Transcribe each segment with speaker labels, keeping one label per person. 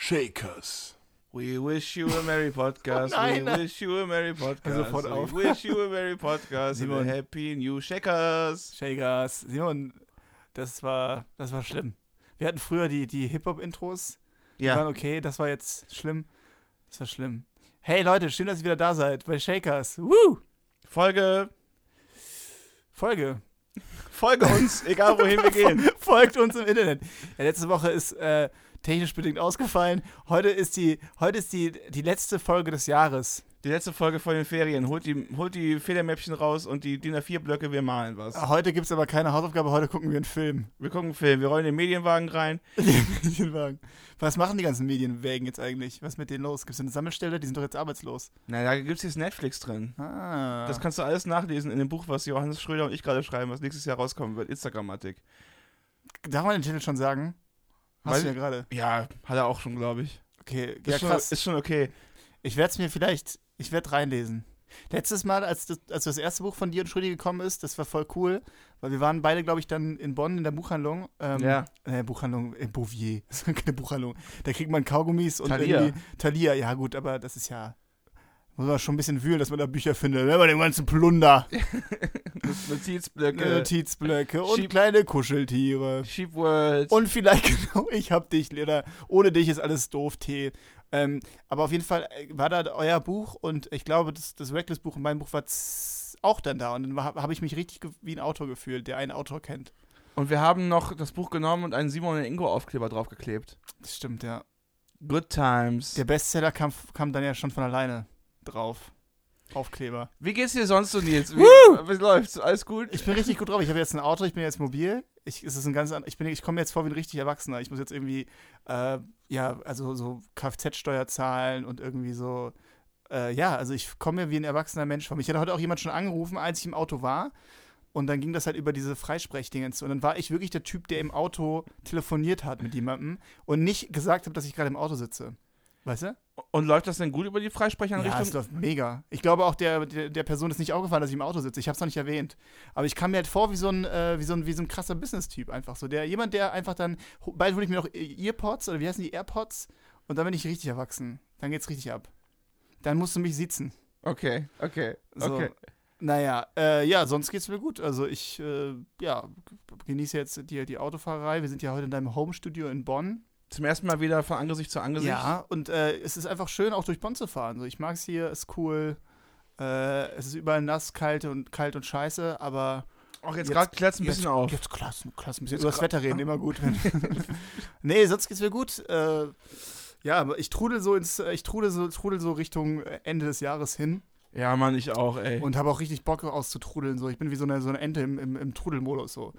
Speaker 1: Shakers.
Speaker 2: We wish you a merry podcast.
Speaker 1: nein,
Speaker 2: we
Speaker 1: nein.
Speaker 2: wish you a merry podcast.
Speaker 1: Sofort
Speaker 2: we
Speaker 1: auf.
Speaker 2: wish you a merry podcast. and a
Speaker 1: Simon.
Speaker 2: happy new Shakers.
Speaker 1: Shakers. Simon, das war, das war schlimm. Wir hatten früher die, die Hip-Hop-Intros. Die waren
Speaker 2: Ja,
Speaker 1: okay, das war jetzt schlimm. Das war schlimm. Hey Leute, schön, dass ihr wieder da seid bei Shakers. Woo!
Speaker 2: Folge,
Speaker 1: Folge.
Speaker 2: folge uns, egal wohin wir gehen.
Speaker 1: Folgt uns im Internet. Ja, letzte Woche ist äh, technisch bedingt ausgefallen. Heute ist, die, heute ist die, die letzte Folge des Jahres.
Speaker 2: Die letzte Folge von den Ferien. Holt die, holt die Federmäppchen raus und die DIN A4-Blöcke, wir malen was.
Speaker 1: Heute gibt es aber keine Hausaufgabe, heute gucken wir einen Film.
Speaker 2: Wir gucken einen Film, wir rollen den Medienwagen rein.
Speaker 1: Die Medienwagen. Was machen die ganzen Medienwägen jetzt eigentlich? Was ist mit denen los? Gibt es eine Sammelstelle? Die sind doch jetzt arbeitslos.
Speaker 2: Na, da gibt es jetzt Netflix drin.
Speaker 1: Ah.
Speaker 2: Das kannst du alles nachlesen in dem Buch, was Johannes Schröder und ich gerade schreiben, was nächstes Jahr rauskommen wird. Instagrammatik.
Speaker 1: Darf man den Titel schon sagen?
Speaker 2: Weiß
Speaker 1: Hast du ja
Speaker 2: ich-
Speaker 1: gerade.
Speaker 2: Ja, hat er auch schon, glaube ich.
Speaker 1: Okay,
Speaker 2: Ist,
Speaker 1: ja
Speaker 2: schon,
Speaker 1: krass.
Speaker 2: ist schon okay.
Speaker 1: Ich werde es mir vielleicht, ich werde reinlesen. Letztes Mal, als das, als das erste Buch von dir und Schrödi gekommen ist, das war voll cool, weil wir waren beide, glaube ich, dann in Bonn in der Buchhandlung. Ähm,
Speaker 2: Ja.
Speaker 1: Äh, Buchhandlung, in Bouvier. Das ist keine Buchhandlung. Da kriegt man Kaugummis und
Speaker 2: Thalia.
Speaker 1: irgendwie Thalia. Ja, gut, aber das ist ja. Muss man schon ein bisschen wühlen, dass man da Bücher findet. Ne? Bei dem ganzen Plunder.
Speaker 2: Äh, Notizblöcke.
Speaker 1: Notizblöcke und
Speaker 2: Schieb-
Speaker 1: kleine Kuscheltiere.
Speaker 2: Sheep World.
Speaker 1: Und vielleicht genau, ich hab dich, Lena. Ohne dich ist alles doof, Tee. Ähm, aber auf jeden Fall äh, war da euer Buch und ich glaube, das, das Reckless-Buch und mein Buch war z- auch dann da. Und dann habe ich mich richtig ge- wie ein Autor gefühlt, der einen Autor kennt.
Speaker 2: Und wir haben noch das Buch genommen und einen Simon und Ingo Aufkleber draufgeklebt.
Speaker 1: Das stimmt, ja.
Speaker 2: Good Times.
Speaker 1: Der Bestseller kam, kam dann ja schon von alleine drauf. Aufkleber.
Speaker 2: Wie geht's dir sonst so, Nils? Wie,
Speaker 1: Woo!
Speaker 2: wie läuft's? Alles gut?
Speaker 1: Ich bin richtig gut drauf. Ich habe jetzt ein Auto, ich bin jetzt mobil. Ich, es ist ein ganz, an- ich, bin- ich komme mir jetzt vor wie ein richtig Erwachsener. Ich muss jetzt irgendwie, äh, ja, also so Kfz-Steuer zahlen und irgendwie so, äh, ja, also ich komme mir wie ein erwachsener Mensch vor. Mich hat heute auch jemand schon angerufen, als ich im Auto war. Und dann ging das halt über diese Freisprechdingens. Und dann war ich wirklich der Typ, der im Auto telefoniert hat mit jemandem und nicht gesagt hat, dass ich gerade im Auto sitze. Weißt du?
Speaker 2: Und läuft das denn gut über die
Speaker 1: Ja, es
Speaker 2: Freisprechanrichtung?
Speaker 1: läuft mega. Ich glaube auch, der, der, der Person ist nicht aufgefallen, dass ich im Auto sitze. Ich habe es noch nicht erwähnt. Aber ich kam mir halt vor wie so ein, äh, wie so ein, wie so ein krasser Business-Typ einfach so. Der, jemand, der einfach dann, ho- bald hole ich mir noch E- Earpods oder wie heißen die, Airpods und dann bin ich richtig erwachsen. Dann geht's richtig ab. Dann musst du mich sitzen.
Speaker 2: okay, okay,
Speaker 1: So.
Speaker 2: okay.
Speaker 1: Naja, äh, ja, sonst geht's mir gut. Also ich, äh, ja, g- genieße jetzt die, die Autofahrerei. Wir sind ja heute in deinem Home-Studio in Bonn.
Speaker 2: Zum ersten Mal wieder von Angesicht zu Angesicht.
Speaker 1: Ja, und äh, es ist einfach schön, auch durch Bonn zu fahren. So, ich mag es hier, ist cool. Äh, es ist überall nass, kalt und kalt und scheiße, aber
Speaker 2: Auch jetzt
Speaker 1: Jetzt-
Speaker 2: gerade klärt's ein bisschen
Speaker 1: jetzt,
Speaker 2: auf.
Speaker 1: Jetzt klasse, klasse, ein bisschen
Speaker 2: Jetzt
Speaker 1: über das
Speaker 2: kla-
Speaker 1: Wetter reden, immer gut. nee, sonst geht's mir gut. Äh, ja, aber ich trudel so ins, äh, ich trudel so, trudel so Richtung äh, Ende des Jahres hin
Speaker 2: Ja, Mann, ich auch, ey.
Speaker 1: und habe auch richtig Bock auszutrudeln. So, ich bin wie so eine, so eine Ente im, im, im Trudelmodus so.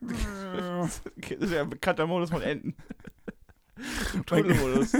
Speaker 2: das ist ja ein bekannter Modus von Enten. Tunnelmodus.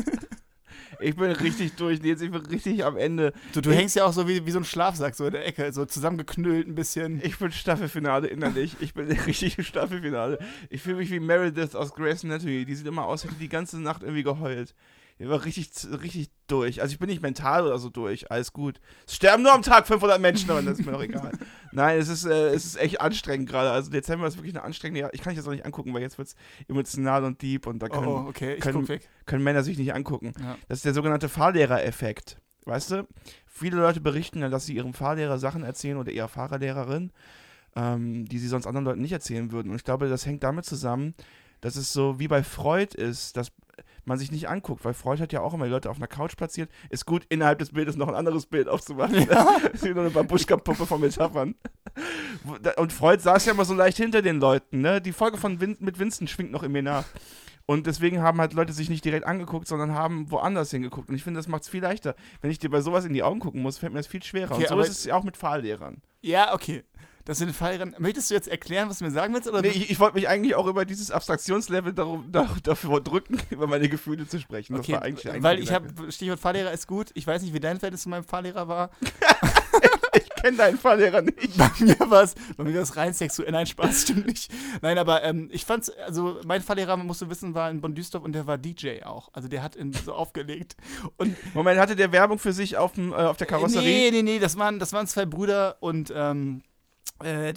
Speaker 2: Ich bin richtig durch, Nils, ich bin richtig am Ende.
Speaker 1: Du, du
Speaker 2: Ich-
Speaker 1: hängst ja auch so wie, wie so ein Schlafsack so in der Ecke, so zusammengeknüllt ein bisschen.
Speaker 2: Ich bin Staffelfinale innerlich. Ich bin richtig im Staffelfinale. Ich fühle mich wie Meredith aus Grey's Anatomy. Die sieht immer aus, als hätte die die ganze Nacht irgendwie geheult. Ich war richtig, richtig durch. Also ich bin nicht mental oder so durch. Alles gut. Es sterben nur am Tag 500 Menschen, aber das ist mir doch egal. Nein, es ist, äh, es ist echt anstrengend gerade. Also Dezember ist wirklich eine anstrengende. Jahr- Ich kann ich das auch nicht angucken, weil jetzt wird es emotional und deep und da
Speaker 1: Oh,
Speaker 2: können,
Speaker 1: oh, okay, ich
Speaker 2: können-
Speaker 1: guck weg.
Speaker 2: können Männer sich nicht angucken.
Speaker 1: Ja.
Speaker 2: Das ist der sogenannte Fahrlehrereffekt. Weißt du? Viele Leute berichten dann, dass sie ihrem Fahrlehrer Sachen erzählen oder ihrer Fahrerlehrerin, ähm, die sie sonst anderen Leuten nicht erzählen würden. Und ich glaube, das hängt damit zusammen, dass es so wie bei Freud ist, dass man sich nicht anguckt, weil Freud hat ja auch immer die Leute auf einer Couch platziert. Ist gut, innerhalb des Bildes noch ein anderes Bild aufzumachen. ist wie nur eine Babuschka-Puppe von Metaphern. Wo- da- Und Freud saß ja immer so leicht hinter den Leuten. Ne? Die Folge von Win mit Winston schwingt noch in mir nach. Und deswegen haben halt Leute sich nicht direkt angeguckt, sondern haben woanders hingeguckt. Und ich finde, das macht es viel leichter. Wenn ich dir bei sowas in die Augen gucken muss, fällt mir das viel schwerer.
Speaker 1: Okay,
Speaker 2: Und so
Speaker 1: aber-
Speaker 2: ist es ja auch mit Fahrlehrern.
Speaker 1: Ja, okay. Das sind Fallrennen. Möchtest du jetzt erklären, was du mir sagen willst? Oder
Speaker 2: Nee, ich, ich wollte mich eigentlich auch über dieses Abstraktionslevel darum, da, dafür drücken, über meine Gefühle zu sprechen. Das
Speaker 1: okay,
Speaker 2: war eigentlich der einzige
Speaker 1: weil ich
Speaker 2: Gedanke.
Speaker 1: habe Stichwort Fahrlehrer ist gut. Ich weiß nicht, wie dein Verhältnis zu meinem Fahrlehrer war.
Speaker 2: Ich kenne deinen Fahrlehrer nicht.
Speaker 1: Bei mir war es, bei mir war es rein sexuell. Nein, Spaß, stimmt nicht. Nein, aber ähm, ich fand's, also mein Fahrlehrer, musst du wissen, war in Bonn-Düsseldorf und der war DJ auch. Also der hat in, so aufgelegt. Und
Speaker 2: Moment, hatte der Werbung für sich auf, dem, äh, auf der Karosserie?
Speaker 1: Nee, nee, nee, das waren, das waren zwei Brüder und ähm, Äh,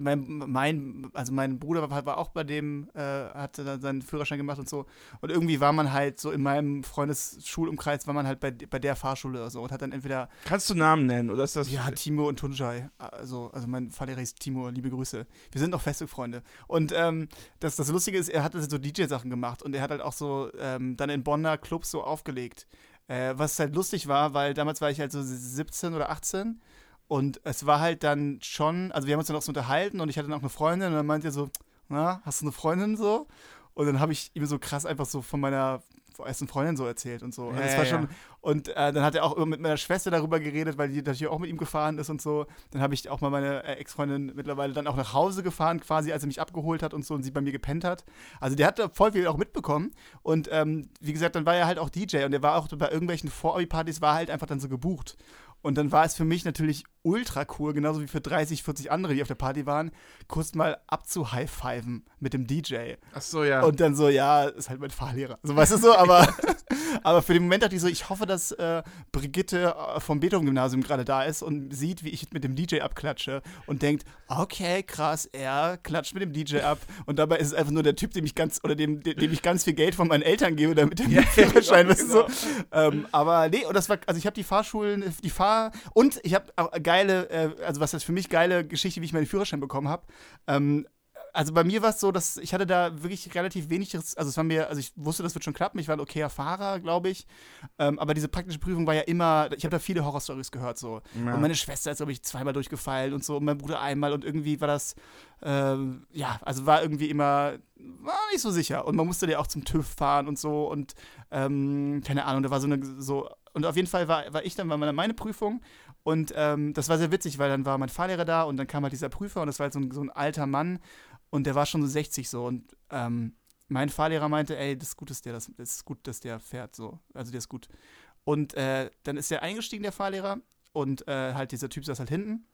Speaker 1: mein, mein, also mein Bruder war, war auch bei dem, äh, hatte dann seinen Führerschein gemacht und so. Und irgendwie war man halt so in meinem Freundesschulumkreis, war man halt bei, bei der Fahrschule oder so und hat dann entweder,
Speaker 2: Kannst du Namen nennen oder ist das.
Speaker 1: ja, Timo und Tunjai. Also, also mein Fahrlehrer hieß Timo, liebe Grüße. Wir sind noch feste Freunde. Und ähm, das, das Lustige ist, er hat also so DJ-Sachen gemacht und er hat halt auch so ähm, dann in Bonner Clubs so aufgelegt. Äh, was halt lustig war, weil damals war ich halt so 17 oder 18 und es war halt dann schon, also wir haben uns dann auch so unterhalten und ich hatte dann auch eine Freundin und dann meinte er so, na, hast du eine Freundin so? Und dann habe ich ihm so krass einfach so von meiner ersten Freundin so erzählt und so. Und,
Speaker 2: Ja,
Speaker 1: das
Speaker 2: ja,
Speaker 1: war
Speaker 2: ja.
Speaker 1: schon, und äh, dann hat er auch immer mit meiner Schwester darüber geredet, weil die natürlich auch mit ihm gefahren ist und so. Dann habe ich auch mal meine äh, Ex-Freundin mittlerweile dann auch nach Hause gefahren quasi, als er mich abgeholt hat und so und sie bei mir gepennt hat. Also der hat da voll viel auch mitbekommen. Und ähm, wie gesagt, dann war er halt auch DJ und er war auch bei irgendwelchen Vorabi-Partys, war halt einfach dann so gebucht. Und dann war es für mich natürlich ultra cool, genauso wie für 30, 40 andere, die auf der Party waren, kurz mal abzuhighfiven mit dem DJ.
Speaker 2: Ach so, ja.
Speaker 1: Und dann so, ja, ist halt mein Fahrlehrer. So, weißt du so, aber, aber für den Moment dachte ich so, ich hoffe, dass äh, Brigitte äh, vom Beethoven-Gymnasium gerade da ist und sieht, wie ich mit dem DJ abklatsche und denkt, okay, krass, er klatscht mit dem DJ ab. Und dabei ist es einfach nur der Typ, dem ich ganz, oder dem, dem dem ich ganz viel Geld von meinen Eltern gebe, damit er mir einen Führerschein, weißt du so. Ähm, aber nee, und das war, also ich habe die Fahrschulen, die Fahr- und ich habe auch geile, äh, also was das für mich geile Geschichte, wie ich meinen Führerschein bekommen habe. Ähm, also bei mir war es so, dass ich hatte da wirklich relativ wenig, Res- also es war mir, also ich wusste, das wird schon klappen, ich war ein okayer Fahrer, glaube ich. Ähm, aber diese praktische Prüfung war ja immer, ich habe da viele Horrorstories gehört so.
Speaker 2: Ja.
Speaker 1: Und meine Schwester ist, glaube ich, zweimal durchgefallen und so, und mein Bruder einmal und irgendwie war das, ähm, ja, also war irgendwie immer, war nicht so sicher. Und man musste ja auch zum TÜV fahren und so und ähm, keine Ahnung, da war so eine, so, und auf jeden Fall war, war ich dann bei meiner, meine Prüfung und ähm, das war sehr witzig, weil dann war mein Fahrlehrer da und dann kam halt dieser Prüfer und das war halt so ein, so ein alter Mann und der war schon so 60 so und ähm, mein Fahrlehrer meinte, ey, das ist gut, dass der das, das ist gut, dass der fährt so, also der ist gut. Und äh, dann ist der eingestiegen, der Fahrlehrer und äh, halt dieser Typ saß halt hinten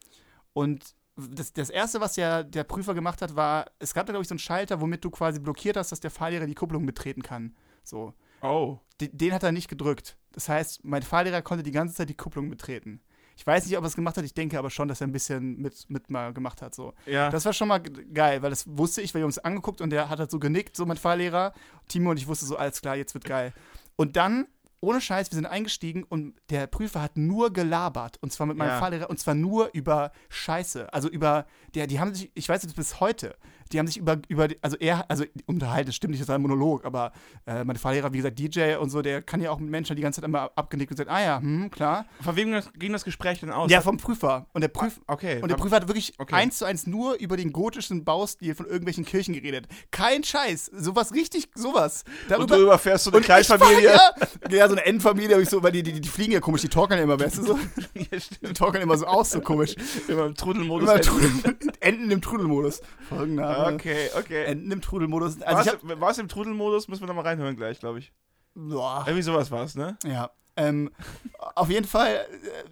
Speaker 1: und das, das erste, was der, der Prüfer gemacht hat, war, es gab da, glaube ich, so einen Schalter, womit du quasi blockiert hast, dass der Fahrlehrer die Kupplung betreten kann. So.
Speaker 2: Oh.
Speaker 1: De- den hat er nicht gedrückt. Das heißt, mein Fahrlehrer konnte die ganze Zeit die Kupplung betreten. Ich weiß nicht, ob er es gemacht hat, ich denke aber schon, dass er ein bisschen mit, mit mal gemacht hat. So.
Speaker 2: Ja.
Speaker 1: Das war schon mal g- geil, weil das wusste ich, weil wir uns angeguckt und der hat halt so genickt, so mein Fahrlehrer. Timo und ich wusste so, alles klar, jetzt wird geil. Und dann, ohne Scheiß, wir sind eingestiegen und der Prüfer hat nur gelabert. Und zwar mit meinem
Speaker 2: Ja.
Speaker 1: Fahrlehrer, und zwar nur über Scheiße. Also über, der, die haben sich, ich weiß jetzt bis heute, die haben sich über, über also er, also unterhalten, das stimmt nicht, das war ein Monolog, aber äh, mein Fahrlehrer, wie gesagt, DJ und so, der kann ja auch mit Menschen die ganze Zeit immer abgenickt und sagt, ah ja, hm, klar.
Speaker 2: Von wem ging das- ging das Gespräch denn aus?
Speaker 1: Ja, vom Prüfer. Und der Prüfer.
Speaker 2: Okay.
Speaker 1: Und der Prüfer hat wirklich
Speaker 2: Äh, Okay.
Speaker 1: eins zu eins nur über den gotischen Baustil von irgendwelchen Kirchen geredet. Kein Scheiß. Sowas richtig, sowas.
Speaker 2: und darüber fährst du eine
Speaker 1: und ich
Speaker 2: Kleinfamilie.
Speaker 1: fahr- Ja, ja, so eine Endfamilie, hab ich so, weil die, die, die fliegen ja komisch, die torkeln ja immer, weißt du so?
Speaker 2: Ja, stimmt.
Speaker 1: Die torkeln immer so aus, so komisch.
Speaker 2: Immer im Trudelmodus.
Speaker 1: Immer Trudel, Enten im Trudelmodus. Folgenname.
Speaker 2: okay, okay.
Speaker 1: Enten im Trudelmodus. Also
Speaker 2: War's
Speaker 1: ich hab,
Speaker 2: war es im Trudelmodus? Müssen wir nochmal reinhören gleich, glaube ich.
Speaker 1: boah.
Speaker 2: Irgendwie sowas war es, ne?
Speaker 1: Ja. Ähm, auf jeden Fall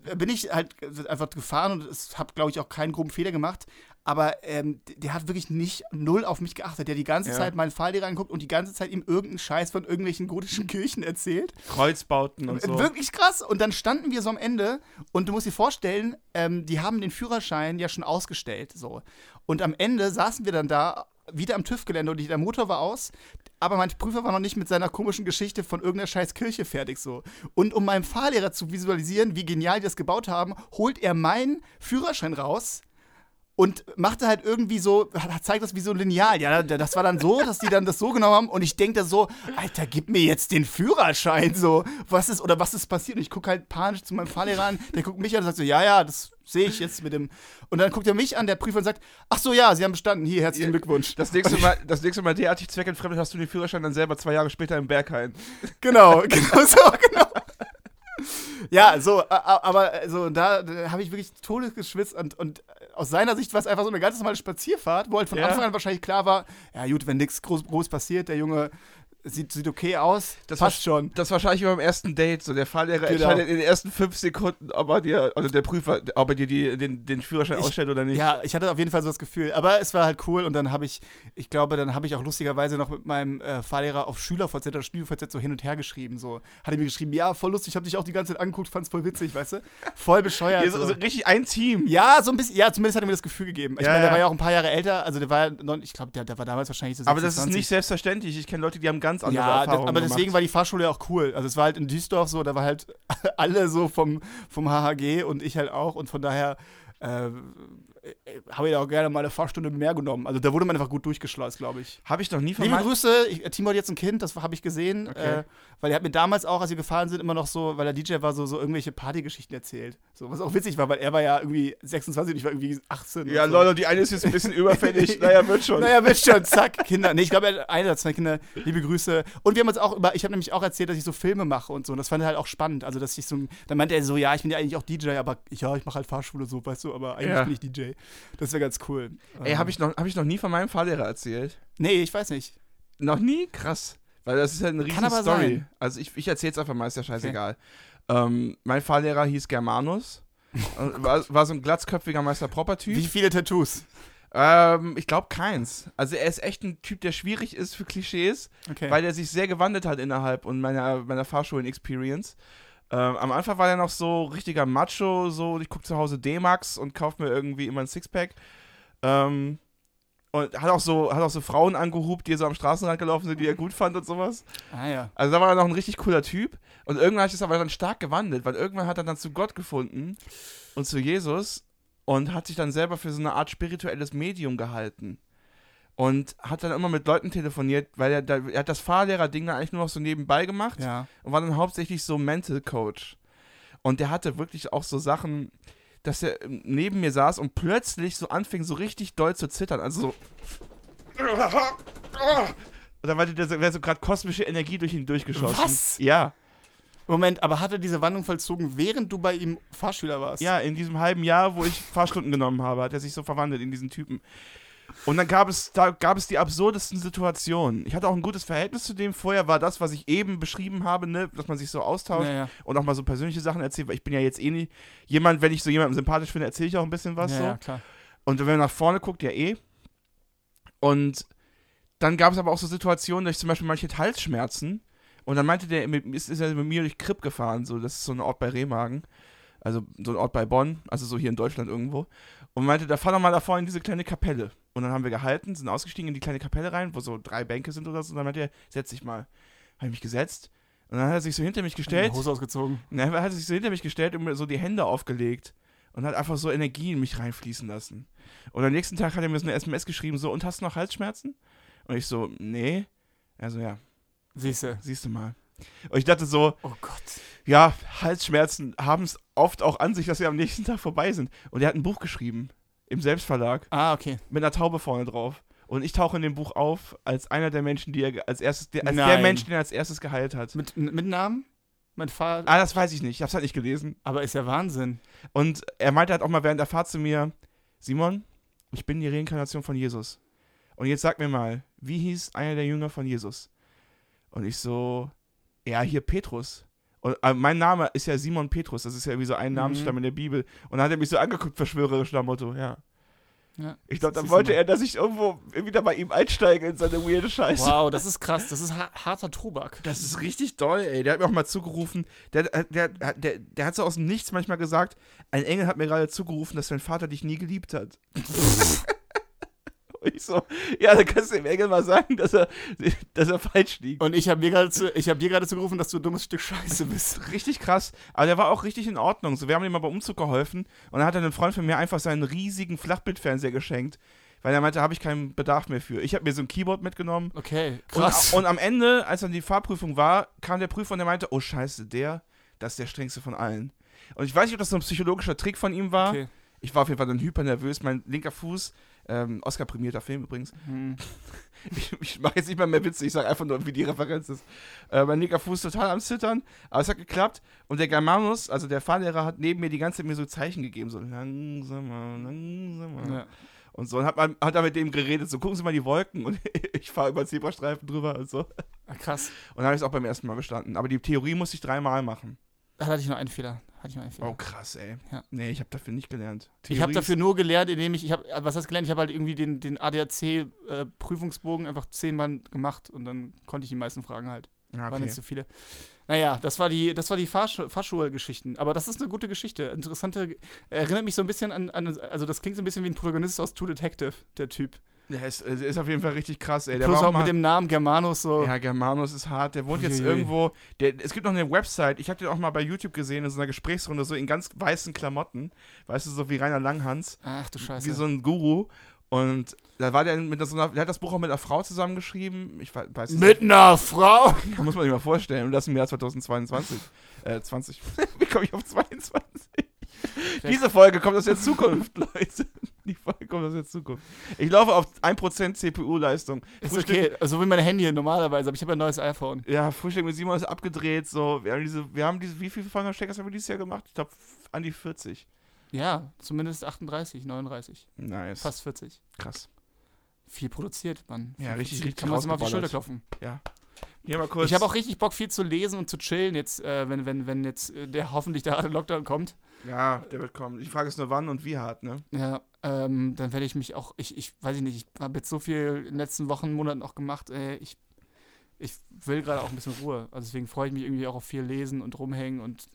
Speaker 1: äh, bin ich halt äh, einfach gefahren und es habe, glaube ich, auch keinen groben Fehler gemacht. Aber ähm, d- der hat wirklich nicht null auf mich geachtet. Der hat die ganze
Speaker 2: Ja.
Speaker 1: Zeit meinen Fahrlehrer anguckt und die ganze Zeit ihm irgendeinen Scheiß von irgendwelchen gotischen Kirchen erzählt.
Speaker 2: Kreuzbauten und so.
Speaker 1: Wirklich krass. Und dann standen wir so am Ende und du musst dir vorstellen, ähm, die haben den Führerschein ja schon ausgestellt. So. Und am Ende saßen wir dann da wieder am TÜV-Gelände und der Motor war aus, aber mein Prüfer war noch nicht mit seiner komischen Geschichte von irgendeiner scheiß Kirche fertig so. Und um meinem Fahrlehrer zu visualisieren, wie genial die das gebaut haben, holt er meinen Führerschein raus und machte halt irgendwie so, hat, hat- zeigt das wie so ein Lineal. Ja, da- das war dann so, dass die dann das so genommen haben und ich denke da so, Alter, gib mir jetzt den Führerschein so. Was ist, oder was ist passiert? Und ich gucke halt panisch zu meinem Fahrlehrer an, der guckt mich an und sagt so, ja, ja, das sehe ich jetzt mit dem. Und dann guckt er mich an, der Prüfer, und sagt, ach so, ja, Sie haben bestanden, hier, herzlichen Glückwunsch.
Speaker 2: Das nächste Mal, das nächste Mal derartig zweckentfremdet hast du den Führerschein dann selber zwei Jahre später im Berghain.
Speaker 1: genau, genau so, genau. Ja, so, a- a- aber äh, so, da äh, habe ich wirklich Todes geschwitzt und, und äh, aus seiner Sicht war es einfach so eine ganz normale Spazierfahrt, wo halt von
Speaker 2: Ja.
Speaker 1: Anfang an wahrscheinlich klar war, ja gut, wenn nichts groß, groß passiert, der Junge Sieht, sieht okay aus,
Speaker 2: Das
Speaker 1: passt schon.
Speaker 2: Das ist wahrscheinlich wie beim ersten Date. So der Fahrlehrer
Speaker 1: Genau.
Speaker 2: entscheidet in den ersten fünf Sekunden, ob er dir, also der Prüfer, ob er dir die, den, den Führerschein
Speaker 1: Ich-
Speaker 2: ausstellt oder nicht.
Speaker 1: Ja, ich hatte auf jeden Fall so das Gefühl. Aber es war halt cool und dann habe ich, ich glaube, dann habe ich auch lustigerweise noch mit meinem äh, Fahrlehrer auf SchülerVZ oder StudienVZ so hin und her geschrieben. So. Hat er mir geschrieben, ja, voll lustig, ich habe dich auch die ganze Zeit angeguckt, fand's voll witzig, weißt du? Voll bescheuert.
Speaker 2: Hier ist
Speaker 1: so.
Speaker 2: also richtig ein Team.
Speaker 1: Ja, so ein bisschen, ja, zumindest hat er mir das Gefühl gegeben. Ich
Speaker 2: Ja,
Speaker 1: meine, der
Speaker 2: ja.
Speaker 1: war ja auch ein paar Jahre älter, also der war, neun- ich glaube, der, der war damals wahrscheinlich so
Speaker 2: Aber das ist
Speaker 1: 26.
Speaker 2: nicht selbstverständlich. Ich kenne Leute, die haben ganz andere
Speaker 1: Ja, das,
Speaker 2: Erfahrungen
Speaker 1: aber deswegen war die Fahrschule ja auch cool. Also es war halt in Duisdorf so, da war halt alle so vom, vom HHG und ich halt auch und von daher äh, äh, habe ich da auch gerne mal eine Fahrstunde mehr genommen. Also da wurde man einfach gut durchgeschleust, glaube ich.
Speaker 2: Habe ich noch nie von
Speaker 1: Liebe
Speaker 2: meinen...
Speaker 1: Grüße, ich, äh, Timo hat jetzt ein Kind, das habe ich gesehen,
Speaker 2: Okay.
Speaker 1: äh, weil er hat mir damals auch, als wir gefahren sind, immer noch so, weil er DJ war, so, so irgendwelche Partygeschichten erzählt. So, was auch witzig war, weil er war ja irgendwie 26 und ich war irgendwie 18.
Speaker 2: Ja,
Speaker 1: und so.
Speaker 2: Leute, die eine ist jetzt ein bisschen überfällig. Naja, wird schon.
Speaker 1: Naja, wird schon, zack, Kinder. Nee, ich glaube, er hat ein oder zwei Kinder, liebe Grüße. Und wir haben uns auch über, ich habe nämlich auch erzählt, dass ich so Filme mache und so. Und das fand er halt auch spannend. Also, dass ich so, ein- dann meinte er so, ja, ich bin ja eigentlich auch DJ, aber ich, ja, ich mache halt Fahrschule so, weißt du, aber eigentlich
Speaker 2: Ja.
Speaker 1: bin ich DJ. Das wäre ganz cool.
Speaker 2: Ey, habe ich, noch- hab ich noch nie von meinem Fahrlehrer erzählt?
Speaker 1: Nee, ich weiß nicht.
Speaker 2: Noch nie? Krass. Weil das ist ja eine riesen
Speaker 1: aber
Speaker 2: Story.
Speaker 1: sein.
Speaker 2: Also ich, ich erzähl's einfach mal, ist ja scheißegal. Ähm, mein Fahrlehrer hieß Germanus. Äh, war, war so ein glatzköpfiger Meister Proper Typ.
Speaker 1: Wie viele Tattoos?
Speaker 2: Ähm, ich glaube keins. Also er ist echt ein Typ, der schwierig ist für Klischees,
Speaker 1: Okay.
Speaker 2: weil er sich sehr gewandelt hat innerhalb und meiner, meiner Fahrschulen-Experience. Ähm, am Anfang war er noch so richtiger Macho, so ich gucke zu Hause D-Max und kaufe mir irgendwie immer ein Sixpack. Ähm, und hat auch, so, hat auch so Frauen angehupt, die so am Straßenrand gelaufen sind, die er gut fand und sowas.
Speaker 1: ah ja.
Speaker 2: Also da war er noch ein richtig cooler Typ. Und irgendwann hat es aber dann stark gewandelt, weil irgendwann hat er dann zu Gott gefunden und zu Jesus und hat sich dann selber für so eine Art spirituelles Medium gehalten. Und hat dann immer mit Leuten telefoniert, weil er, da, er hat das Fahrlehrer-Ding dann eigentlich nur noch so nebenbei gemacht
Speaker 1: Ja.
Speaker 2: und war dann hauptsächlich so Mental Coach. Und der hatte wirklich auch so Sachen, dass er ähm, neben mir saß und plötzlich so anfing, so richtig doll zu zittern. Also so. Und dann war der so, wäre so gerade kosmische Energie durch ihn durchgeschossen.
Speaker 1: Was?
Speaker 2: Ja.
Speaker 1: Moment, aber hat er diese Wandlung vollzogen, während du bei ihm Fahrschüler warst?
Speaker 2: Ja, in diesem halben Jahr, wo ich Fahrstunden genommen habe, hat er sich so verwandelt in diesen Typen. Und dann gab es, da gab es die absurdesten Situationen. Ich hatte auch ein gutes Verhältnis zu dem. Vorher war das, was ich eben beschrieben habe, ne, dass man sich so austauscht.
Speaker 1: Naja.
Speaker 2: und auch mal so persönliche Sachen erzählt, weil ich bin ja jetzt eh nie jemand, wenn ich so jemandem sympathisch finde, erzähle ich auch ein bisschen was
Speaker 1: ja, ja,
Speaker 2: so.
Speaker 1: klar.
Speaker 2: Und wenn man nach vorne guckt, ja eh. Und dann gab es aber auch so Situationen, dass ich zum Beispiel manche Halsschmerzen und dann meinte der, mit, ist, ist er mit mir durch Kripp gefahren, so, das ist so ein Ort bei Remagen, also so ein Ort bei Bonn, also so hier in Deutschland irgendwo. Und meinte, da fahr doch mal da vorne in diese kleine Kapelle. Und dann haben wir gehalten, sind ausgestiegen in die kleine Kapelle rein, wo so drei Bänke sind oder so. Und dann meinte er, setz dich mal. Habe ich mich gesetzt. Und dann hat er sich so hinter mich gestellt.
Speaker 1: Hose ausgezogen.
Speaker 2: Und dann hat Ne, er sich so hinter mich gestellt und mir so die Hände aufgelegt und hat einfach so Energie in mich reinfließen lassen. Und am nächsten Tag hat er mir so eine SMS geschrieben, so, und hast du noch Halsschmerzen? Und ich so, nee. Also ja,
Speaker 1: Siehste.
Speaker 2: siehst du mal. Und ich dachte so,
Speaker 1: Oh Gott.
Speaker 2: ja, Halsschmerzen haben es oft auch an sich, dass sie am nächsten Tag vorbei sind. Und er hat ein Buch geschrieben, im Selbstverlag,
Speaker 1: Ah, okay.
Speaker 2: mit einer Taube vorne drauf. Und ich tauche in dem Buch auf als einer der Menschen, die er ge- als erstes, der, als der
Speaker 1: Nein.
Speaker 2: Mensch, den er als erstes geheilt hat.
Speaker 1: Mit, mit Namen? Mein Fahr.
Speaker 2: Ah, das weiß ich nicht. Ich hab's halt nicht gelesen.
Speaker 1: Aber ist ja Wahnsinn.
Speaker 2: Und er meinte halt auch mal während der Fahrt zu mir, Simon, ich bin die Reinkarnation von Jesus. Und jetzt sag mir mal, wie hieß einer der Jünger von Jesus? Und ich so, ja, hier Petrus. Und äh, mein Name ist ja Simon Petrus, das ist ja wie so ein
Speaker 1: Mhm.
Speaker 2: Namensstamm in der Bibel. Und dann hat er mich so angeguckt, verschwörerisch nach dem Motto, ja.
Speaker 1: Ja.
Speaker 2: Ich glaube, dann
Speaker 1: Siehst du
Speaker 2: wollte
Speaker 1: mal.
Speaker 2: er, dass ich irgendwo wieder bei ihm einsteige in seine weirde Scheiße.
Speaker 1: Wow, das ist krass. Das ist ha harter Tobak.
Speaker 2: Das ist richtig doll, ey. Der hat mir auch mal zugerufen. Der, äh, der, der, der, der hat so aus dem Nichts manchmal gesagt: Ein Engel hat mir gerade zugerufen, dass dein Vater dich nie geliebt hat. Und ich so: Ja, dann kannst du dem Engel mal sagen, dass er, dass er falsch liegt.
Speaker 1: Und ich habe mir gerade zu, ich hab dir gerade zugerufen, dass du ein dummes Stück Scheiße bist.
Speaker 2: Richtig krass. Aber der war auch richtig in Ordnung. So, wir haben ihm mal beim Umzug geholfen und dann hat er einem Freund von mir einfach seinen riesigen Flachbildfernseher geschenkt, weil er meinte, habe ich keinen Bedarf mehr für. Ich habe mir so ein Keyboard mitgenommen.
Speaker 1: Okay,
Speaker 2: Und,
Speaker 1: krass.
Speaker 2: und am Ende, als dann die Fahrprüfung war, kam der Prüfer und der meinte, oh scheiße, der, das ist der strengste von allen. Und ich weiß nicht, ob das so ein psychologischer Trick von ihm war.
Speaker 1: okay.
Speaker 2: Ich war auf jeden Fall dann hyper nervös. Mein linker Fuß, ähm, Oscar-prämierter Film übrigens.
Speaker 1: Hm.
Speaker 2: Ich, ich mache jetzt nicht mal mehr Witze, ich sage einfach nur, wie die Referenz ist. Äh, mein linker Fuß total am Zittern, aber es hat geklappt. Und der Germanus, also der Fahrlehrer, hat neben mir die ganze Zeit mir so Zeichen gegeben, so langsamer, langsamer.
Speaker 1: Ja.
Speaker 2: Und so und hat, man, hat er mit dem geredet, so gucken Sie mal die Wolken und ich fahre über den Zebrastreifen drüber und so.
Speaker 1: Ah, krass.
Speaker 2: Und dann habe ich es auch beim ersten Mal bestanden. Aber die Theorie musste ich dreimal machen.
Speaker 1: Da hatte ich nur einen Fehler. Hatte ich nur einen Fehler.
Speaker 2: Oh, krass, ey.
Speaker 1: Ja.
Speaker 2: Nee, ich habe dafür nicht gelernt.
Speaker 1: Ich habe
Speaker 2: Theorie
Speaker 1: dafür nur gelernt, indem ich, ich habe, was heißt gelernt? Ich habe halt irgendwie den, den ADAC-Prüfungsbogen äh, einfach zehnmal gemacht und dann konnte ich die meisten Fragen halt.
Speaker 2: ist- Ah,
Speaker 1: Waren
Speaker 2: okay.
Speaker 1: nicht so viele. Naja, das war die, das war die Fahrsch Fahrschulgeschichten. Aber das ist eine gute Geschichte. Interessante, erinnert mich so ein bisschen an, an, also das klingt so ein bisschen wie ein Protagonist aus True Detective, der Typ.
Speaker 2: Der ist, äh, ist auf jeden Fall richtig krass, ey. Der
Speaker 1: Plus
Speaker 2: war
Speaker 1: auch
Speaker 2: auch mal,
Speaker 1: mit dem Namen Germanus so.
Speaker 2: ja, Germanus ist hart. Der wohnt jetzt
Speaker 1: Uiuiui.
Speaker 2: irgendwo. Der, es gibt noch eine Website. Ich habe den auch mal bei YouTube gesehen in so einer Gesprächsrunde, so in ganz weißen Klamotten. Weißt du, so wie Rainer Langhans.
Speaker 1: Ach du Scheiße.
Speaker 2: Wie so ein Guru. Und da war der mit so einer, der hat das Buch auch mit einer Frau zusammengeschrieben. Ich we- weiß nicht.
Speaker 1: mit einer Frau?
Speaker 2: Muss man sich mal vorstellen. Und das im Jahr 2022. äh, 20. Wie komme ich auf 22? Diese Folge kommt aus der Zukunft, Leute. Die Folge kommt aus der Zukunft. Ich laufe auf 1% CPU-Leistung.
Speaker 1: Ist
Speaker 2: Frühstück-
Speaker 1: okay, Also so wie mein Handy normalerweise, aber ich habe ein neues iPhone.
Speaker 2: Ja, Frühstück mit Simon ist abgedreht. So. Wir haben diese, wir haben diese, wie viele Fangersteckers haben wir dieses Jahr gemacht? Ich glaube, an die 40.
Speaker 1: Ja, zumindest 38, 39,
Speaker 2: Nice.
Speaker 1: fast 40.
Speaker 2: Krass.
Speaker 1: Viel produziert, Mann. Viel
Speaker 2: Ja, richtig,
Speaker 1: produziert.
Speaker 2: richtig
Speaker 1: Kann man uns mal auf die Schulter
Speaker 2: rausgeballert.
Speaker 1: klopfen.
Speaker 2: Hier mal kurz.
Speaker 1: Ich habe auch richtig Bock, viel zu lesen und zu chillen, jetzt, äh, wenn, wenn, wenn jetzt äh, der hoffentlich der harte Lockdown kommt.
Speaker 2: Ja, der wird kommen. Die Frage ist nur, wann und wie hart, ne?
Speaker 1: Ja, ähm, dann werde ich mich auch, ich, ich weiß ich nicht, ich habe jetzt so viel in den letzten Wochen, Monaten auch gemacht, äh, ich, ich will gerade auch ein bisschen Ruhe. Also deswegen freue ich mich irgendwie auch auf viel Lesen und rumhängen und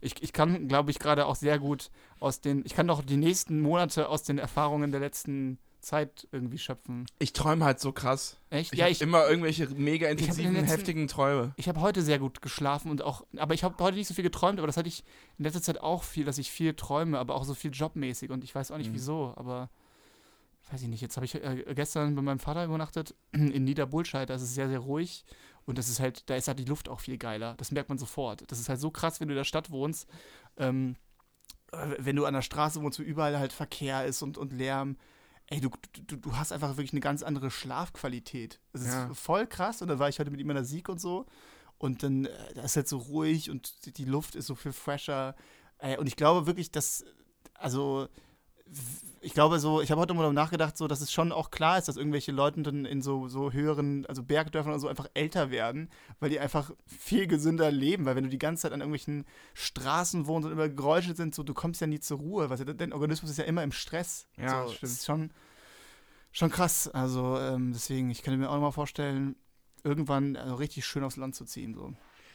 Speaker 1: ich, ich kann, glaube ich, gerade auch sehr gut aus den, ich kann doch die nächsten Monate aus den Erfahrungen der letzten Zeit irgendwie schöpfen.
Speaker 2: Ich träume halt so krass.
Speaker 1: Echt?
Speaker 2: Ich
Speaker 1: ja,
Speaker 2: hab
Speaker 1: ich,
Speaker 2: immer irgendwelche mega
Speaker 1: den
Speaker 2: intensiven,
Speaker 1: letzten-
Speaker 2: heftigen Träume.
Speaker 1: ich habe heute sehr gut geschlafen und auch, aber ich habe heute nicht so viel geträumt, aber das hatte ich in letzter Zeit auch viel, dass ich viel träume, aber auch so viel jobmäßig und ich weiß auch nicht
Speaker 2: Mhm.
Speaker 1: wieso, aber weiß ich nicht. Jetzt habe ich äh, gestern bei meinem Vater übernachtet in Niederbullscheid, da ist es sehr, sehr ruhig und das ist halt, da ist halt die Luft auch viel geiler. Das merkt man sofort. Das ist halt so krass, wenn du in der Stadt wohnst. Ähm, äh, wenn du an der Straße wohnst, wo überall halt Verkehr ist und, und Lärm. Ey, du, du, du hast einfach wirklich eine ganz andere Schlafqualität. Das ist
Speaker 2: Ja.
Speaker 1: voll krass. Und dann war ich heute mit ihm an der Sieg und so. Und dann, äh, da ist halt so ruhig und die- die Luft ist so viel fresher. Ey, und ich glaube wirklich, dass, also, ich glaube so, ich habe heute mal darüber nachgedacht, so, dass es schon auch klar ist, dass irgendwelche Leute dann in so, so höheren, also Bergdörfern und so einfach älter werden, weil die einfach viel gesünder leben. Weil wenn du die ganze Zeit an irgendwelchen Straßen wohnst und immer Geräusche sind, so, du kommst ja nie zur Ruhe. Weißt du, dein Organismus ist ja immer im Stress.
Speaker 2: Ja,
Speaker 1: so,
Speaker 2: das stimmt.
Speaker 1: Das ist schon, schon krass. Also, ähm, deswegen, ich könnte mir auch noch mal vorstellen, irgendwann also, richtig schön aufs Land zu ziehen. So.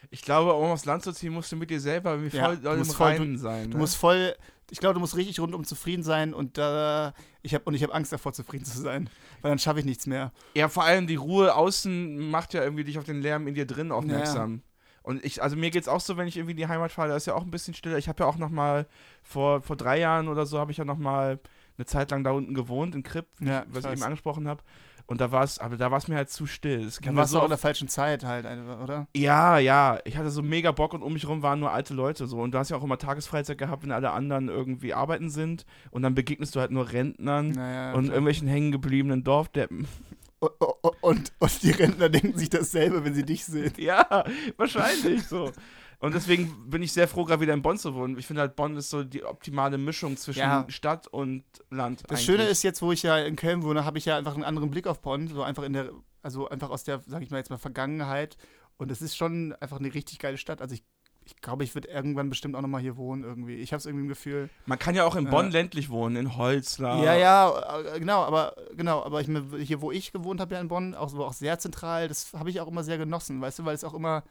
Speaker 2: Ich glaube, um aufs Land zu ziehen, musst du mit dir selber irgendwie
Speaker 1: Ja,
Speaker 2: voll
Speaker 1: du
Speaker 2: doll im
Speaker 1: musst voll-
Speaker 2: Reinen sein.
Speaker 1: Du
Speaker 2: ne?
Speaker 1: musst voll, ich glaube, du musst richtig rundum zufrieden sein und da, ich habe und ich habe Angst davor, zufrieden zu sein, weil dann schaffe ich nichts mehr.
Speaker 2: ja, vor allem die Ruhe außen macht ja irgendwie dich auf den Lärm in dir drin aufmerksam. Und ich, also mir geht's auch so, wenn ich irgendwie in die Heimat fahre, da ist ja auch ein bisschen stiller. Ich habe ja auch noch mal vor, vor drei Jahren oder so habe ich ja noch mal eine Zeit lang da unten gewohnt in Kripp,
Speaker 1: Ja,
Speaker 2: was
Speaker 1: ich
Speaker 2: ich
Speaker 1: weiß.
Speaker 2: eben angesprochen habe. Und da war es, aber da war es mir halt zu still. Es ging
Speaker 1: Dann
Speaker 2: mir
Speaker 1: warst du
Speaker 2: so
Speaker 1: auch in
Speaker 2: auf
Speaker 1: der falschen Zeit halt, einfach, oder?
Speaker 2: Ja, ja. Ich hatte so mega Bock und um mich rum waren nur alte Leute so. Und du hast ja auch immer Tagesfreizeit gehabt, wenn alle anderen irgendwie arbeiten sind. Und dann begegnest du halt nur Rentnern
Speaker 1: Naja.
Speaker 2: und äh,
Speaker 1: klar.
Speaker 2: irgendwelchen hängengebliebenen Dorfdeppen.
Speaker 1: O- o- o- und, und die Rentner denken sich dasselbe, wenn sie dich sehen.
Speaker 2: ja, wahrscheinlich so. Und deswegen bin ich sehr froh, gerade wieder in Bonn zu wohnen. Ich finde halt, Bonn ist so die optimale Mischung zwischen
Speaker 1: Ja.
Speaker 2: Stadt und Land.
Speaker 1: Das
Speaker 2: eigentlich.
Speaker 1: Schöne ist jetzt, wo ich ja in Köln wohne, habe ich ja einfach einen anderen Blick auf Bonn, so einfach in der, also einfach aus der, sag ich mal jetzt mal Vergangenheit. Und es ist schon einfach eine richtig geile Stadt. Also ich, ich glaube, ich würde irgendwann bestimmt auch noch mal hier wohnen irgendwie. Ich habe es irgendwie im Gefühl.
Speaker 2: man kann ja auch in Bonn
Speaker 1: Äh.
Speaker 2: ländlich wohnen, in Holzler.
Speaker 1: Ja, ja, äh, genau, aber genau, aber ich, mir- hier, wo ich gewohnt habe ja in Bonn, auch, war auch sehr zentral, das habe ich auch immer sehr genossen, weißt du, weil es auch immer,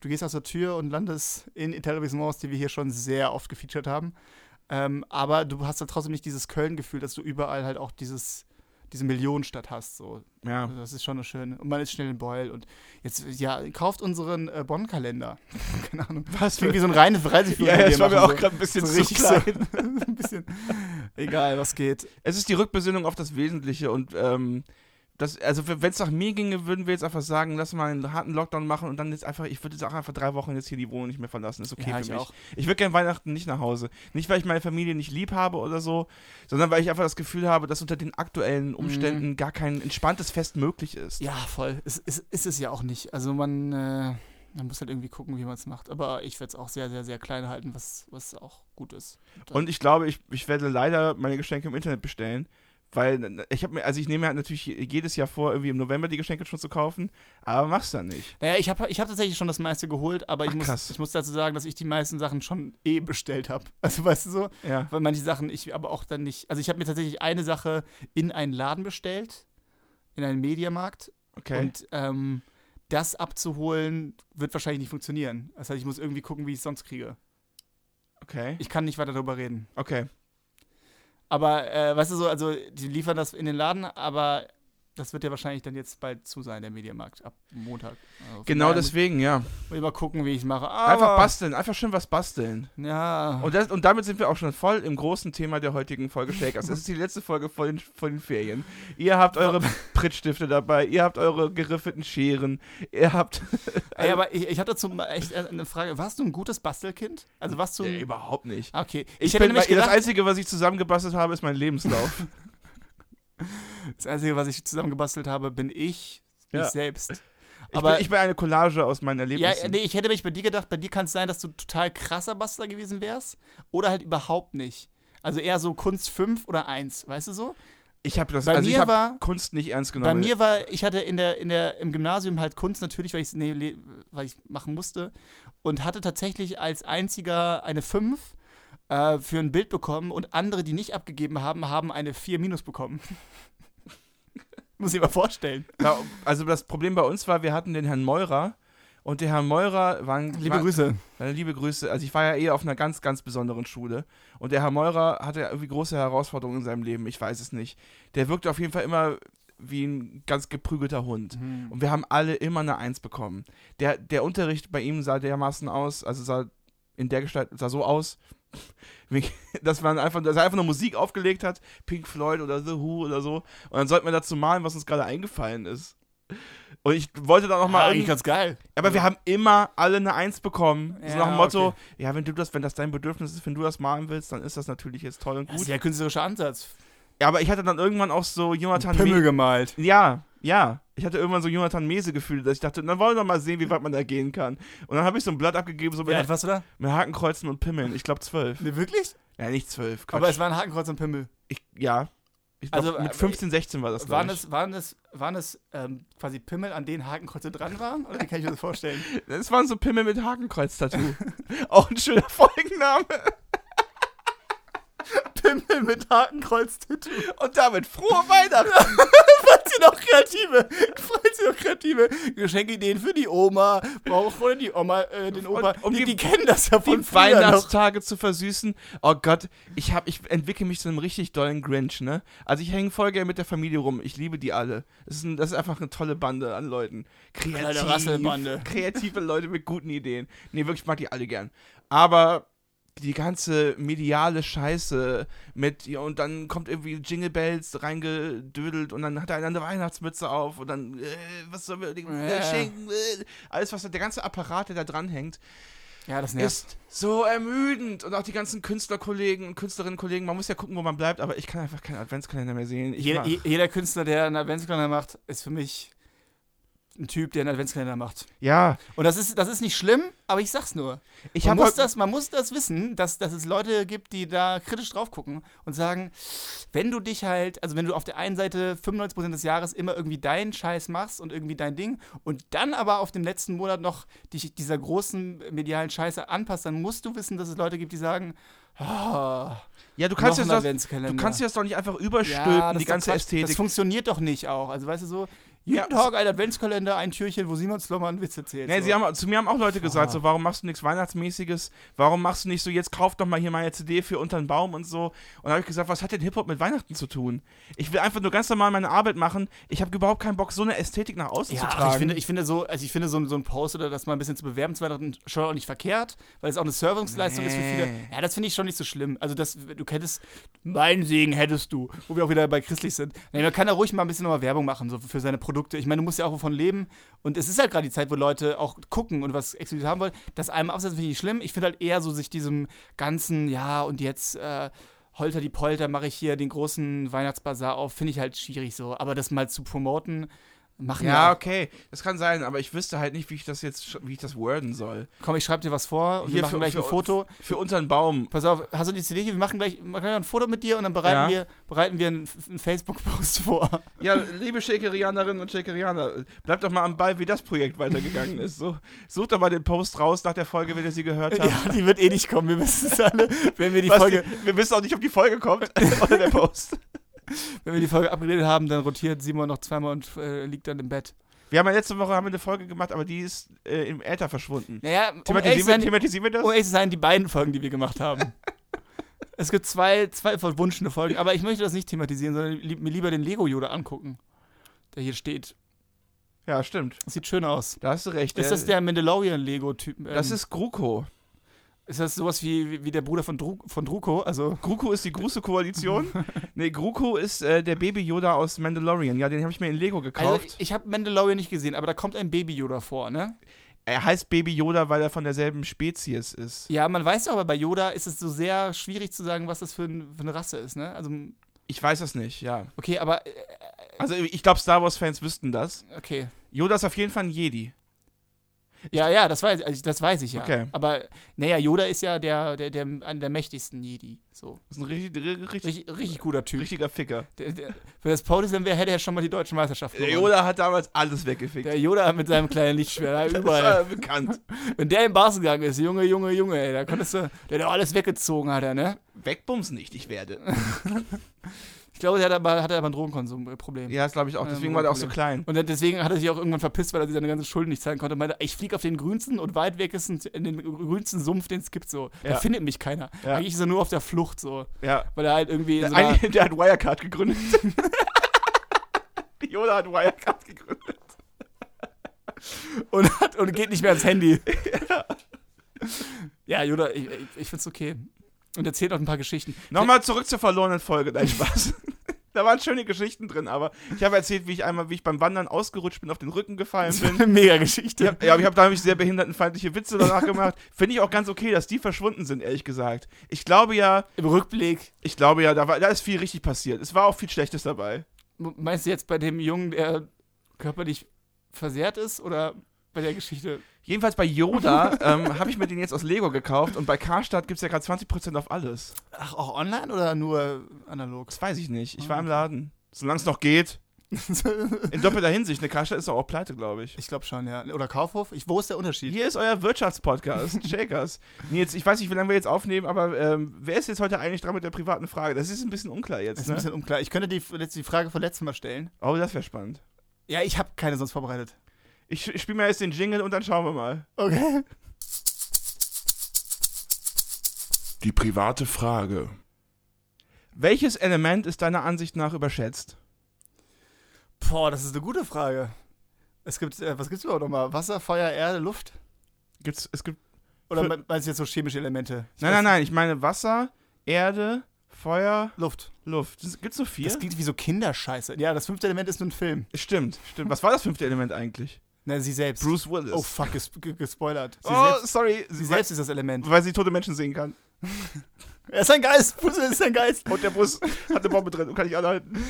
Speaker 1: du gehst aus der Tür und landest in Etablissements, die wir hier schon sehr oft gefeatured haben. Ähm, aber du hast halt trotzdem nicht dieses Köln-Gefühl, dass du überall halt auch dieses, diese Millionenstadt hast. So.
Speaker 2: ja.
Speaker 1: Also das ist schon eine schöne. Und man ist schnell in Beul. Und jetzt, ja, kauft unseren äh, Bonn-Kalender. Keine Ahnung.
Speaker 2: Was
Speaker 1: Klingt wie so ein reines Reiseführer.
Speaker 2: ja, ja, das war mir auch
Speaker 1: so.
Speaker 2: gerade ein bisschen
Speaker 1: so
Speaker 2: zu
Speaker 1: richtig
Speaker 2: klein.
Speaker 1: so ein bisschen. Egal, was geht.
Speaker 2: Es ist die Rückbesinnung auf das Wesentliche und ähm, das, also wenn es nach mir ginge, würden wir jetzt einfach sagen, lass mal einen harten Lockdown machen und dann jetzt einfach, ich würde jetzt auch einfach drei Wochen jetzt hier die Wohnung nicht mehr verlassen. Ist okay
Speaker 1: Ja,
Speaker 2: für
Speaker 1: ich
Speaker 2: mich.
Speaker 1: auch.
Speaker 2: Ich würde gerne Weihnachten nicht nach Hause. Nicht, weil ich meine Familie nicht lieb habe oder so, sondern weil ich einfach das Gefühl habe, dass unter den aktuellen Umständen gar kein entspanntes Fest möglich ist.
Speaker 1: Mhm. Ja, voll. Es, es, ist es ja auch nicht. Also man, äh, man muss halt irgendwie gucken, wie man es macht. Aber ich werde es auch sehr, sehr, sehr klein halten, was, was auch gut ist.
Speaker 2: Und ich glaube, ich, ich werde leider meine Geschenke im Internet bestellen, Weil ich habe mir, also ich nehme mir halt natürlich jedes Jahr vor, irgendwie im November die Geschenke schon zu kaufen, aber mach's dann nicht.
Speaker 1: Naja, ich habe ich hab tatsächlich schon das meiste geholt, aber ich,
Speaker 2: Ach,
Speaker 1: muss,
Speaker 2: krass.
Speaker 1: ich muss dazu sagen, dass ich die meisten Sachen schon eh bestellt habe. Also weißt du so,
Speaker 2: Ja.
Speaker 1: weil manche Sachen ich aber auch dann nicht. Also ich habe mir tatsächlich eine Sache in einen Laden bestellt, in einen Mediamarkt.
Speaker 2: Okay.
Speaker 1: Und ähm, das abzuholen wird wahrscheinlich nicht funktionieren. Das heißt, ich muss irgendwie gucken, wie ich es sonst kriege.
Speaker 2: okay.
Speaker 1: Ich kann nicht weiter darüber reden.
Speaker 2: Okay.
Speaker 1: Aber äh, weißt du so, also die liefern das in den Laden, aber das wird ja wahrscheinlich dann jetzt bald zu sein, der Mediamarkt, ab Montag. Also von
Speaker 2: Genau
Speaker 1: daher
Speaker 2: deswegen, ja.
Speaker 1: Muss ich mal gucken, wie ich mache.
Speaker 2: Einfach
Speaker 1: Aber-
Speaker 2: basteln, einfach schön was basteln.
Speaker 1: Ja.
Speaker 2: Und, das, und damit sind wir auch schon voll im großen Thema der heutigen Folge Shakers. Das ist die letzte Folge von den, von den Ferien. Ihr habt eure Prittstifte dabei, ihr habt eure geriffelten Scheren, ihr habt. also
Speaker 1: Ey, aber ich, ich hatte dazu mal echt äh, eine Frage. Warst du ein gutes Bastelkind? Also warst du.
Speaker 2: Nee,
Speaker 1: Ein,
Speaker 2: überhaupt nicht.
Speaker 1: Ah, okay. Ich,
Speaker 2: Ich
Speaker 1: hätte
Speaker 2: bin,
Speaker 1: nämlich
Speaker 2: das
Speaker 1: gedacht,
Speaker 2: Einzige, was ich zusammengebastelt habe, ist mein Lebenslauf.
Speaker 1: das Einzige, was ich zusammengebastelt habe, bin ich.
Speaker 2: Ja.
Speaker 1: Ich selbst.
Speaker 2: ich,
Speaker 1: Aber-
Speaker 2: bin, ich bin eine Collage aus meinen
Speaker 1: Ja,
Speaker 2: Erlebnissen.
Speaker 1: nee, ich hätte mich bei dir gedacht, bei dir kann es sein, dass du total krasser Bastler gewesen wärst. Oder halt überhaupt nicht. Also eher so Kunst 5 oder 1, weißt du so?
Speaker 2: Ich habe das
Speaker 1: Bei
Speaker 2: also ich
Speaker 1: mir
Speaker 2: hab
Speaker 1: war-
Speaker 2: Kunst nicht ernst
Speaker 1: Bei
Speaker 2: genommen.
Speaker 1: mir war, ich hatte in der, in der, im Gymnasium halt Kunst natürlich, weil ich nee, le- weil ich machen musste und hatte tatsächlich als einziger eine 5 äh, für ein Bild bekommen und andere, die nicht abgegeben haben, haben eine 4 minus bekommen. Muss ich mal vorstellen.
Speaker 2: Ja, also das Problem bei uns war, wir hatten den Herrn Meurer und der Herr Meurer war ein, war,
Speaker 1: Grüße.
Speaker 2: Äh, Liebe Grüße. Also ich war ja eh auf einer ganz, ganz besonderen Schule. Und der Herr Meurer hatte ja irgendwie große Herausforderungen in seinem Leben. Ich weiß es nicht. Der wirkte auf jeden Fall immer wie ein ganz geprügelter Hund.
Speaker 1: Mhm.
Speaker 2: Und wir haben alle immer eine Eins bekommen. Der, der Unterricht bei ihm sah dermaßen aus, also sah in der Gestalt, sah so aus, wie- dass man einfach, dass er einfach nur Musik aufgelegt hat, Pink Floyd oder The Who oder so. Und dann sollten wir dazu malen, was uns gerade eingefallen ist. Und ich wollte da
Speaker 1: War
Speaker 2: nochmal.
Speaker 1: eigentlich ganz geil.
Speaker 2: Aber wir haben immer alle eine Eins bekommen. so
Speaker 1: Ja,
Speaker 2: nach dem Motto,
Speaker 1: okay.
Speaker 2: ja, wenn du das, wenn das dein Bedürfnis ist, wenn du das malen willst, dann ist das natürlich jetzt toll und
Speaker 1: Das ist
Speaker 2: gut.
Speaker 1: ja künstlerischer Ansatz.
Speaker 2: Ja, aber ich hatte dann irgendwann auch so Jonathan Me-
Speaker 1: gemalt.
Speaker 2: Ja, ja. Ich hatte irgendwann so Jonathan Mese-Gefühle, dass ich dachte, dann wollen wir doch mal sehen, wie weit man da gehen kann. Und dann habe ich so ein Blatt abgegeben, so mit,
Speaker 1: Ja, warst du da?
Speaker 2: mit Hakenkreuzen und Pimmeln. Ich glaube zwölf.
Speaker 1: Nee, wirklich?
Speaker 2: Ja, nicht zwölf. Quatsch.
Speaker 1: Aber es war ein Hakenkreuz und Pimmel.
Speaker 2: ich, ja. Ich glaub,
Speaker 1: Also,
Speaker 2: mit
Speaker 1: aber
Speaker 2: 15, 16 war das, glaub
Speaker 1: Waren
Speaker 2: ich.
Speaker 1: es, waren es, waren es ähm, quasi Pimmel, an denen Hakenkreuze dran waren? Oder wie kann ich mir das vorstellen?
Speaker 2: Das waren so Pimmel mit Hakenkreuz-Tattoo. auch ein schöner Folgenname.
Speaker 1: Pimmel mit Hakenkreuz-Tattoo.
Speaker 2: Und damit frohe Weihnachten.
Speaker 1: Falls ihr noch kreative, falls ihr noch kreative Geschenkideen für die Oma braucht oder die Oma, äh, den Opa,
Speaker 2: um
Speaker 1: die,
Speaker 2: die-
Speaker 1: die kennen das ja von
Speaker 2: die
Speaker 1: früher noch.
Speaker 2: Weihnachtstage zu versüßen. Oh Gott, ich, hab, ich entwickle mich zu einem richtig dollen Grinch, ne? Also ich hänge voll gerne mit der Familie rum. Ich liebe die alle. Das ist, ein, das ist einfach eine tolle Bande an Leuten. Kreativ,
Speaker 1: Kleine Rasselbande.
Speaker 2: kreative Leute mit guten Ideen. Nee, wirklich, ich mag die alle gern. Aber die ganze mediale Scheiße mit, ja, und dann kommt irgendwie Jingle Bells reingedödelt und dann hat er eine andere Weihnachtsmütze auf und dann, äh, was sollen wir dem äh,
Speaker 1: Ja.
Speaker 2: schenken? Äh, alles, was, der ganze Apparat, der da dranhängt,
Speaker 1: Ja, das
Speaker 2: ist so ermüdend. Und auch die ganzen Künstlerkollegen und Künstlerinnenkollegen, man muss ja gucken, wo man bleibt, aber ich kann einfach keinen Adventskalender mehr sehen. Ich
Speaker 1: Jeder,
Speaker 2: mach-
Speaker 1: je- jeder Künstler, der einen Adventskalender macht, ist für mich ein Typ, der einen Adventskalender macht.
Speaker 2: ja,
Speaker 1: Und das ist, das ist nicht schlimm, aber ich sag's nur.
Speaker 2: ich
Speaker 1: Man
Speaker 2: habe
Speaker 1: muss, das, man muss das wissen, dass, dass es Leute gibt, die da kritisch drauf gucken und sagen, wenn du dich halt, also wenn du auf der einen Seite 95% des Jahres immer irgendwie deinen Scheiß machst und irgendwie dein Ding und dann aber auf dem letzten Monat noch dich dieser großen medialen Scheiße anpasst, dann musst du wissen, dass es Leute gibt, die sagen, ah,
Speaker 2: Ja, du
Speaker 1: noch
Speaker 2: kannst, jetzt
Speaker 1: ein
Speaker 2: das,
Speaker 1: Adventskalender.
Speaker 2: du kannst jetzt doch nicht einfach
Speaker 1: Ja,
Speaker 2: überstülpen,
Speaker 1: das
Speaker 2: die
Speaker 1: ist doch
Speaker 2: ganze
Speaker 1: Quatsch. Das
Speaker 2: Ästhetik.
Speaker 1: funktioniert doch nicht auch. Also weißt du so, jeden
Speaker 2: Ja.
Speaker 1: Tag ein Adventskalender, ein Türchen, wo Simon Slommer einen Witz erzählt.
Speaker 2: Nee,
Speaker 1: so.
Speaker 2: sie haben, zu mir haben auch Leute gesagt, so, warum machst du nichts Weihnachtsmäßiges? Warum machst du nicht so, jetzt kauf doch mal hier meine CD für unter den Baum und so? Und da habe ich gesagt, was hat denn Hip-Hop mit Weihnachten zu tun? Ich will einfach nur ganz normal meine Arbeit machen. Ich habe überhaupt keinen Bock, so eine Ästhetik nach außen
Speaker 1: Ja,
Speaker 2: zu
Speaker 1: ach,
Speaker 2: tragen.
Speaker 1: ich finde, ich finde so, also ich finde so, ein- so ein Post oder das mal ein bisschen zu bewerben zu Weihnachten schon auch nicht verkehrt, weil es auch eine Serviceleistung ist für
Speaker 2: Nee.
Speaker 1: viele. Ja, das finde ich schon nicht so schlimm. Also das, du hättest, meinen Segen hättest du, wo wir auch wieder bei christlich sind. Nee, man kann da ruhig mal ein bisschen nochmal Werbung machen, so für seine Produkte. Ich meine, du musst ja auch wovon leben. Und es ist halt gerade die Zeit, wo Leute auch gucken und was exklusiv haben wollen. Das einem absetzen finde ich nicht schlimm. Ich finde halt eher so sich diesem ganzen, ja, und jetzt, äh, Holter die Polter mache ich hier den großen Weihnachtsbazar auf, finde ich halt schwierig so. Aber das mal zu promoten, Machen
Speaker 2: Ja,
Speaker 1: ja.
Speaker 2: okay, das kann sein, aber ich wüsste halt nicht, wie ich das jetzt, sch- wie ich das worden soll.
Speaker 1: Komm, ich schreibe dir was vor und
Speaker 2: Hier
Speaker 1: wir machen
Speaker 2: für-
Speaker 1: gleich
Speaker 2: für
Speaker 1: ein Foto.
Speaker 2: Für unter den Baum.
Speaker 1: Pass auf, hast du die CD hier? Wir machen gleich machen gleich ein Foto mit dir und dann bereiten
Speaker 2: Ja.
Speaker 1: wir, bereiten wir einen, einen Facebook-Post vor.
Speaker 2: Ja, liebe Shakerianerinnen und Shakerianer, bleibt doch mal am Ball, wie das Projekt weitergegangen ist. So, sucht doch mal den Post raus nach der Folge, wenn ihr sie gehört habt.
Speaker 1: Ja, die wird eh nicht kommen, wir wissen es alle. Wenn wir die
Speaker 2: Was,
Speaker 1: Folge,
Speaker 2: die- wir wissen auch nicht, ob die Folge kommt oder der Post.
Speaker 1: wenn wir die Folge abgeredet haben, dann rotiert Simon noch zweimal und äh, liegt dann im Bett.
Speaker 2: Wir haben ja letzte Woche haben wir eine Folge gemacht, aber die ist äh, im Äther verschwunden.
Speaker 1: Naja, um ehrlich, zu
Speaker 2: Thematisieren, wir,
Speaker 1: sein,
Speaker 2: thematisieren wir das?
Speaker 1: um ehrlich zu sein, die beiden Folgen, die wir gemacht haben. es gibt zwei, zwei verwunschene Folgen, aber ich möchte das nicht thematisieren, sondern lieb, mir lieber den Lego-Yoda angucken, der hier steht.
Speaker 2: Ja, stimmt.
Speaker 1: Sieht schön aus.
Speaker 2: Da hast du recht. Äh,
Speaker 1: ist das der Mandalorian-Lego-Typ? Ähm,
Speaker 2: das ist Gruko.
Speaker 1: ist das sowas wie, wie- wie der Bruder von, Dru von Druko? Also,
Speaker 2: Gruko ist die große Koalition. nee, Gruko ist äh, der Baby Yoda aus Mandalorian. Ja, den habe ich mir in Lego gekauft.
Speaker 1: also ich habe Mandalorian nicht gesehen, aber da kommt ein Baby-Yoda vor, ne?
Speaker 2: er heißt Baby Yoda, weil er von derselben Spezies ist.
Speaker 1: Ja, man weiß doch, aber bei Yoda ist es so sehr schwierig zu sagen, was das für, ein, für eine Rasse ist, ne? Also,
Speaker 2: Ich weiß das nicht, ja.
Speaker 1: okay, aber, äh,
Speaker 2: Also ich glaube, Star Wars-Fans wüssten das.
Speaker 1: okay.
Speaker 2: Yoda ist auf jeden Fall ein Jedi.
Speaker 1: Ja, ja, das weiß, also das weiß ich ja.
Speaker 2: Okay.
Speaker 1: Aber naja, Yoda ist ja der, der, der einer der mächtigsten Jedi. So.
Speaker 2: Das ist ein richtig, richtig,
Speaker 1: Richtig, richtig guter Typ.
Speaker 2: richtiger Ficker.
Speaker 1: Der, der, für das Podeslam wäre, hätte er schon mal die deutsche Meisterschaft
Speaker 2: Der
Speaker 1: gewonnen.
Speaker 2: Äh, Yoda hat damals alles weggefickt.
Speaker 1: Der Yoda mit seinem kleinen Lichtschwert,
Speaker 2: das
Speaker 1: überall.
Speaker 2: war bekannt.
Speaker 1: Wenn der im Bars gegangen ist, Junge, Junge, Junge, ey, da konntest du, der hat auch alles weggezogen, hat er, ne?
Speaker 2: Wegbums nicht, ich werde.
Speaker 1: Ich glaube, der hat aber, hatte aber ein Drogenkonsumproblem.
Speaker 2: Ja, das glaube ich auch.
Speaker 1: Ja,
Speaker 2: Deswegen war der auch so
Speaker 1: Problem.
Speaker 2: klein.
Speaker 1: Und dann- deswegen hat er sich auch irgendwann verpisst, weil er sich seine ganzen Schulden nicht zahlen konnte. Und meinte, ich fliege auf den grünsten und weit wegsten, in den grünsten Sumpf, den es gibt, so. Da
Speaker 2: Ja.
Speaker 1: findet mich keiner.
Speaker 2: Ja.
Speaker 1: Eigentlich ist er nur auf der Flucht, so.
Speaker 2: Ja.
Speaker 1: Weil er halt irgendwie in
Speaker 2: Der,
Speaker 1: so einer,
Speaker 2: eine, der hat Wirecard gegründet. Yoda hat Wirecard gegründet.
Speaker 1: und, hat, und geht nicht mehr ans Handy. ja, Yoda, ich, ich, ich find's okay. Und erzählt noch ein paar Geschichten.
Speaker 2: Nochmal zurück zur verlorenen Folge. Nein, Spaß. Da waren schöne Geschichten drin, aber ich habe erzählt, wie ich einmal, wie ich beim Wandern ausgerutscht bin, auf den Rücken gefallen
Speaker 1: Das
Speaker 2: bin.
Speaker 1: war eine mega Geschichte.
Speaker 2: Ja, ja, aber ich habe da nämlich sehr behindertenfeindliche Witze danach gemacht. Finde ich auch ganz okay, dass die verschwunden sind, ehrlich gesagt. Ich glaube ja,
Speaker 1: Im Rückblick,
Speaker 2: ich glaube ja, da, war, da ist viel richtig passiert. Es war auch viel Schlechtes dabei.
Speaker 1: meinst du jetzt bei dem Jungen, der körperlich versehrt ist oder bei der Geschichte?
Speaker 2: Jedenfalls bei Yoda ähm, habe ich mir den jetzt aus Lego gekauft und bei Karstadt gibt es ja gerade 20% auf alles.
Speaker 1: Ach, auch online oder nur analog?
Speaker 2: Das weiß ich nicht. Ich war im Laden. Solange es noch geht. In doppelter Hinsicht. Eine Karstadt ist doch auch pleite, glaube ich.
Speaker 1: ich glaube schon, ja. Oder Kaufhof? Ich, wo ist der Unterschied?
Speaker 2: Hier ist euer Wirtschaftspodcast, Shakers. Nils, ich weiß nicht, wie lange wir jetzt aufnehmen, aber ähm, wer ist jetzt heute eigentlich dran mit der privaten Frage? Das ist ein bisschen unklar
Speaker 1: Das
Speaker 2: jetzt.
Speaker 1: ist ein
Speaker 2: Ne?
Speaker 1: bisschen unklar. Ich könnte die, jetzt die Frage von letztem Mal stellen.
Speaker 2: Oh, das wäre spannend.
Speaker 1: Ja, ich habe keine sonst vorbereitet.
Speaker 2: Ich spiele mal jetzt den Jingle und dann schauen wir mal.
Speaker 1: Okay.
Speaker 3: Die private Frage.
Speaker 2: Welches Element ist deiner Ansicht nach überschätzt?
Speaker 1: Boah, das ist eine gute Frage. Es gibt, äh, was gibt's überhaupt nochmal? Wasser, Feuer, Erde, Luft?
Speaker 2: Gibt's, es gibt.
Speaker 1: Oder
Speaker 2: Für-
Speaker 1: me- meinst du jetzt so chemische Elemente? Ich
Speaker 2: Nein,
Speaker 1: weiß-
Speaker 2: nein, nein. Ich meine Wasser, Erde, Feuer,
Speaker 1: Luft.
Speaker 2: Luft. Das- Gibt's so vier?
Speaker 1: Das klingt wie so Kinderscheiße. Ja, das fünfte Element ist nur ein Film.
Speaker 2: stimmt, stimmt. Was war das fünfte Element eigentlich?
Speaker 1: Na, sie selbst.
Speaker 2: Bruce Willis.
Speaker 1: Oh fuck, ges ge- gespoilert. Sie,
Speaker 2: Oh,
Speaker 1: selbst,
Speaker 2: sorry.
Speaker 1: sie
Speaker 2: weil,
Speaker 1: selbst ist das Element.
Speaker 2: weil sie tote Menschen sehen kann.
Speaker 1: Er ist ein Geist. Bruce Willis ist ein Geist.
Speaker 2: Und der Bus hat eine Bombe drin und kann nicht anhalten.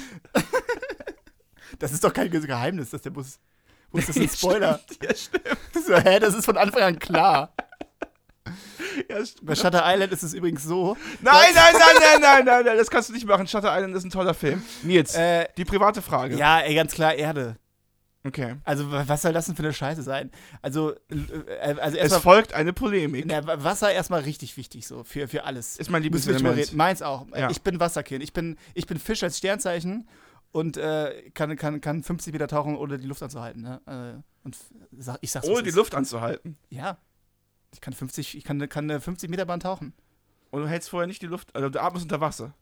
Speaker 1: Das ist doch kein Ge- Geheimnis, dass der Bus. Wo ist das ein Spoiler?
Speaker 2: Ja, stimmt.
Speaker 1: so, hä, das ist von Anfang an klar.
Speaker 2: Ja, stimmt.
Speaker 1: Bei Shutter Island ist es übrigens so.
Speaker 2: Nein, nein, nein, nein, nein, nein, nein. Das kannst du nicht machen. Shutter Island ist ein toller Film. Nils,
Speaker 1: Äh,
Speaker 2: die private Frage.
Speaker 1: ja, ey, ganz klar Erde.
Speaker 2: Okay.
Speaker 1: Also, wa- was soll das denn für eine Scheiße sein? Also, äh, also
Speaker 2: Es
Speaker 1: erstmal.
Speaker 2: folgt eine Polemik.
Speaker 1: Na, wa- Wasser erstmal richtig wichtig so für, für alles.
Speaker 2: Ist mein
Speaker 1: Müssen wir drüber
Speaker 2: Lieblingselement.
Speaker 1: reden. Meins auch.
Speaker 2: Ja.
Speaker 1: Ich bin Wasserkind. Ich bin, ich bin Fisch als Sternzeichen und äh, kann, kann, kann 50 Meter tauchen, ohne die Luft anzuhalten. Ne? Äh, und f- sag, ich sag's
Speaker 2: Ohne die
Speaker 1: wie's
Speaker 2: Luft anzuhalten.
Speaker 1: ist. Ja. Ich kann 50, ich kann, kann eine 50 Meter Bahn tauchen.
Speaker 2: Und du hältst vorher nicht die Luft, also du atmest unter Wasser.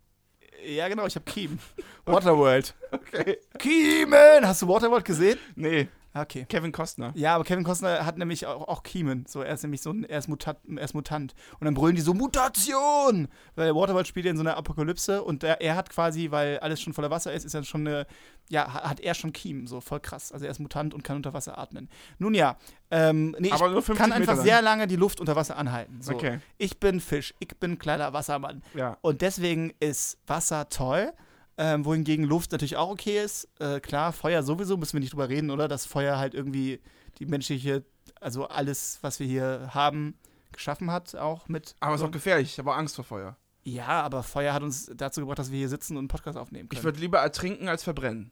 Speaker 1: Ja, genau, ich habe Kiemen. Waterworld.
Speaker 2: Okay.
Speaker 1: Kiemen! Hast du Waterworld gesehen?
Speaker 2: Nee,
Speaker 1: Ah, Okay.
Speaker 2: Kevin Costner.
Speaker 1: Ja, aber Kevin Costner hat nämlich auch, auch Kiemen. So, er ist nämlich so ein, er ist, Mutat, er ist Mutant. Und dann brüllen die so, Mutation! Weil Waterworld spielt ja in so einer Apokalypse und er, er hat quasi, weil alles schon voller Wasser ist, ist dann schon eine, ja, ha- hat er schon Kiemen, so voll krass. Also er ist Mutant und kann unter Wasser atmen. Nun ja, ähm, nee,
Speaker 2: Aber nur
Speaker 1: ich
Speaker 2: 50
Speaker 1: kann einfach
Speaker 2: Meter
Speaker 1: sehr lange die Luft unter Wasser anhalten. So.
Speaker 2: Okay.
Speaker 1: Ich bin Fisch, ich bin kleiner Wassermann.
Speaker 2: Ja.
Speaker 1: Und deswegen ist Wasser toll. Ähm, wohingegen Luft natürlich auch okay ist. Äh, klar, Feuer sowieso müssen wir nicht drüber reden, oder? Dass Feuer halt irgendwie die menschliche, also alles, was wir hier haben, geschaffen hat, auch mit.
Speaker 2: Aber es ist auch gefährlich. Ich habe auch Angst vor Feuer.
Speaker 1: Ja, aber Feuer hat uns dazu gebracht, dass wir hier sitzen und einen Podcast aufnehmen
Speaker 2: Ich
Speaker 1: können.
Speaker 2: würde lieber ertrinken als verbrennen.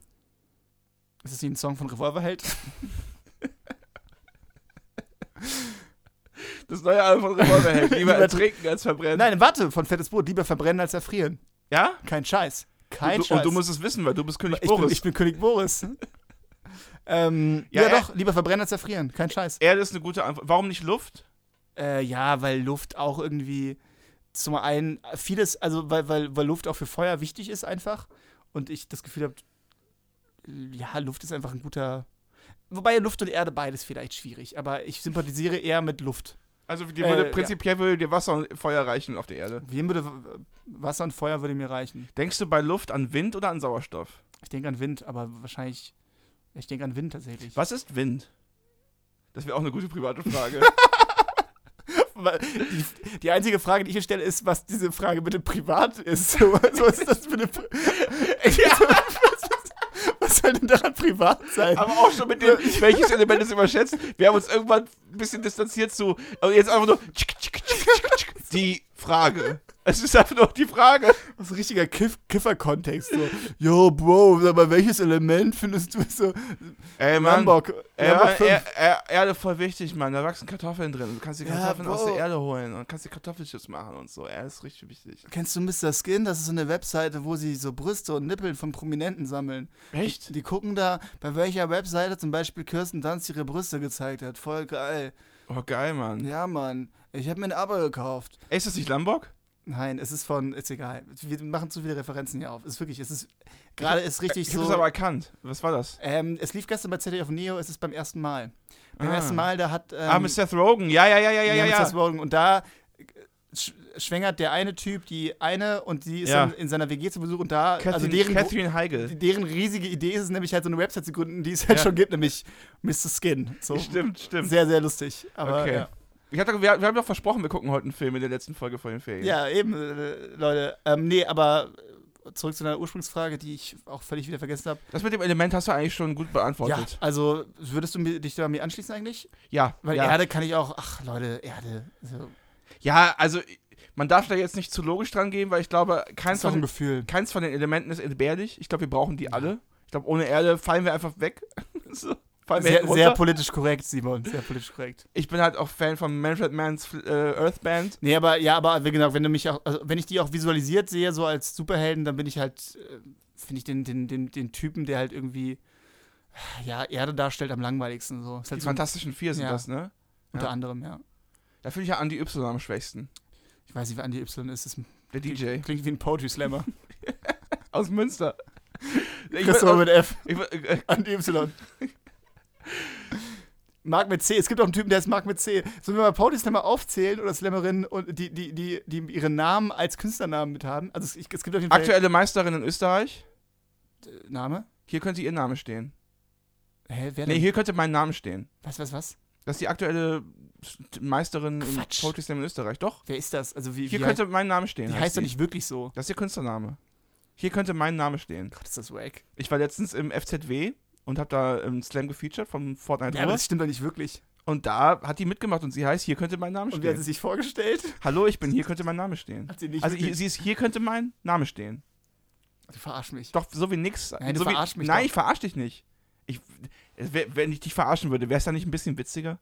Speaker 1: ist das nicht ein Song von Revolverheld?
Speaker 2: Das neue Album von Revolverheld. Lieber
Speaker 1: Lieber
Speaker 2: ertrinken als verbrennen.
Speaker 1: Nein, warte, von Fettes Brot. Lieber verbrennen als erfrieren.
Speaker 2: Ja?
Speaker 1: Kein Scheiß. Kein
Speaker 2: du,
Speaker 1: Scheiß.
Speaker 2: und du musst es wissen, weil du bist König
Speaker 1: ich,
Speaker 2: Boris.
Speaker 1: Bin, ich bin König Boris. ähm,
Speaker 2: Ja,
Speaker 1: ja,
Speaker 2: er-
Speaker 1: doch, lieber verbrennen als erfrieren. Kein Scheiß.
Speaker 2: Erde ist eine gute Antwort. Warum nicht Luft?
Speaker 1: Äh, ja, weil Luft auch irgendwie zum einen vieles, also weil, weil, weil Luft auch für Feuer wichtig ist einfach. Und ich das Gefühl habe, ja, Luft ist einfach ein guter. Wobei Luft und Erde beides vielleicht schwierig, aber ich sympathisiere eher mit Luft.
Speaker 2: Also dir würde
Speaker 1: Äh,
Speaker 2: prinzipiell würde dir Wasser und Feuer reichen auf der Erde.
Speaker 1: Wem würde Wasser und Feuer würde mir reichen?
Speaker 2: Denkst du bei Luft an Wind oder an Sauerstoff?
Speaker 1: Ich denke an Wind, aber wahrscheinlich. Ich denke an Wind tatsächlich.
Speaker 2: Was ist Wind? Das wäre auch eine gute private Frage.
Speaker 1: Weil Die, die einzige Frage, die ich hier stelle, ist, was diese Frage bitte privat ist. So, was ist das für eine. Pri- ja. Was soll denn daran privat sein?
Speaker 2: Aber auch schon mit dem, welches Element ist überschätzt. Wir haben uns irgendwann ein bisschen distanziert zu. Aber jetzt einfach nur. Tschick, tschick, tschick, tschick, tschick. Die Frage. Es ist einfach nur die Frage.
Speaker 1: Das ist ein richtiger Kiff Kiffer-Kontext. So, yo, Bro, sag mal, welches Element findest du so?
Speaker 2: Ey,
Speaker 1: Hamburg.
Speaker 2: Ey, Mann, er, er, Erde voll wichtig, Mann. Da wachsen Kartoffeln drin. Du kannst die
Speaker 1: Ja,
Speaker 2: Kartoffeln aus
Speaker 1: Bro.
Speaker 2: der Erde holen und kannst die Kartoffelchips machen und so. Erde ist richtig wichtig.
Speaker 1: Kennst du Mr. Skin? Das ist so eine Webseite, wo sie so Brüste und Nippel von Prominenten sammeln.
Speaker 2: Echt?
Speaker 1: Die gucken da, bei welcher Webseite zum Beispiel Kirsten Dunst ihre Brüste gezeigt hat. Voll geil.
Speaker 2: Oh, geil, Mann.
Speaker 1: Ja, Mann. Ich habe mir ein Abo gekauft.
Speaker 2: Ey, ist das nicht Lambok?
Speaker 1: Nein, es ist von, ist egal. Wir machen zu viele Referenzen hier auf. Es ist wirklich, es ist, gerade ist richtig
Speaker 2: ich
Speaker 1: so.
Speaker 2: hab's aber erkannt. Was war das?
Speaker 1: ähm, es lief gestern bei ZDF Neo, es ist beim ersten Mal. Beim
Speaker 2: Ah.
Speaker 1: ersten Mal, da hat. Ähm,
Speaker 2: ah, mit Seth Rogen. Ja, ja, ja, ja, ja, ja.
Speaker 1: Mr. Rogen. Und da sch schwängert der eine Typ die eine und die ist
Speaker 2: Ja.
Speaker 1: dann in seiner WG zu Besuch und da,
Speaker 2: Catherine,
Speaker 1: also deren,
Speaker 2: Catherine Heigl.
Speaker 1: deren riesige Idee ist es nämlich halt so eine Website zu gründen, die es halt
Speaker 2: Ja.
Speaker 1: schon gibt, nämlich Mr. Skin. So.
Speaker 2: Stimmt, stimmt.
Speaker 1: Sehr, sehr lustig. Aber,
Speaker 2: Okay.
Speaker 1: ja.
Speaker 2: Ich hatte, wir, wir haben doch versprochen, wir gucken heute einen Film in der letzten Folge von den Ferien.
Speaker 1: Ja, eben, äh, Leute. Ähm, nee, aber zurück zu deiner Ursprungsfrage, die ich auch völlig wieder vergessen habe.
Speaker 2: Das mit dem Element hast du eigentlich schon gut beantwortet.
Speaker 1: Ja, also würdest du mir, dich da mir anschließen eigentlich?
Speaker 2: Ja,
Speaker 1: Weil
Speaker 2: ja.
Speaker 1: Erde kann ich auch, ach Leute, Erde. Also,
Speaker 2: ja also man darf da jetzt nicht zu logisch dran gehen, weil ich glaube, keins
Speaker 1: das ist doch
Speaker 2: von,
Speaker 1: ein
Speaker 2: den,
Speaker 1: Gefühl.
Speaker 2: keins von den Elementen ist entbehrlich. Ich glaube, wir brauchen die alle. Ich glaube, ohne Erde fallen wir einfach weg. so, fallen wir
Speaker 1: Sehr,
Speaker 2: hinten
Speaker 1: sehr
Speaker 2: runter.
Speaker 1: politisch korrekt, Simon, sehr politisch korrekt.
Speaker 2: Ich bin halt auch Fan von Manfred Manns äh, Earth Band.
Speaker 1: Nee, aber ja, aber wie- genau, wenn du mich auch, also, wenn ich die auch visualisiert sehe, so als Superhelden, dann bin ich halt, äh, finde ich den, den, den, den Typen, der halt irgendwie, ja, Erde darstellt am langweiligsten. So. Ist
Speaker 2: Die
Speaker 1: halt so
Speaker 2: Fantastischen Vier sind
Speaker 1: Ja.
Speaker 2: das, ne?
Speaker 1: unter
Speaker 2: ja.
Speaker 1: anderem, ja.
Speaker 2: Da finde ich ja Andy Y am schwächsten.
Speaker 1: Ich weiß nicht, wer Andy Y ist, das
Speaker 2: Der DJ.
Speaker 1: klingt wie ein Poetry Slammer.
Speaker 2: Aus Münster. Ich würd-
Speaker 1: Christopher mit F.
Speaker 2: ich würd- äh,
Speaker 1: An die Y. Mark mit C. Es gibt auch einen Typen, der ist Mark mit C. Sollen wir mal Party Slammer aufzählen oder Slammerinnen, und die, die, die, die ihren Namen als Künstlernamen mit haben? Also es, ich, es gibt auf jeden Fall
Speaker 2: aktuelle Meisterin in Österreich.
Speaker 1: Äh, Name.
Speaker 2: Hier könnte ihr Name stehen.
Speaker 1: Hä, wer
Speaker 2: Nee,
Speaker 1: denn?
Speaker 2: hier könnte mein Name stehen.
Speaker 1: was, was, was?
Speaker 2: Das ist die aktuelle Meisterin im
Speaker 1: Quatsch.
Speaker 2: Poetry Slam in Österreich. Doch.
Speaker 1: Wer ist das? Also wie,
Speaker 2: Hier
Speaker 1: wie
Speaker 2: könnte mein Name stehen.
Speaker 1: heißt, die heißt
Speaker 2: sie.
Speaker 1: doch nicht wirklich so.
Speaker 2: Das ist ihr Künstlername. Hier könnte mein Name stehen.
Speaker 1: Gott, ist das wack.
Speaker 2: Ich war letztens im FZW und habe da im Slam gefeatured vom Fortnite
Speaker 1: Ja, aber
Speaker 2: Ruhr.
Speaker 1: das stimmt doch nicht wirklich.
Speaker 2: Und da hat die mitgemacht und sie heißt Hier könnte mein Name
Speaker 1: Und wie hat
Speaker 2: stehen.
Speaker 1: sie sich vorgestellt?
Speaker 2: Hallo, ich bin Hier könnte mein Name stehen.
Speaker 1: Hat sie nicht
Speaker 2: Also hier-
Speaker 1: wirklich.
Speaker 2: sie ist Hier könnte mein Name stehen.
Speaker 1: Du verarsch mich.
Speaker 2: Doch, so wie nix.
Speaker 1: Nein, du
Speaker 2: so wie,
Speaker 1: verarschst mich
Speaker 2: Nein,
Speaker 1: doch.
Speaker 2: ich verarsch dich nicht. Ich, es wär- wenn ich dich verarschen würde, wäre es da nicht ein bisschen witziger?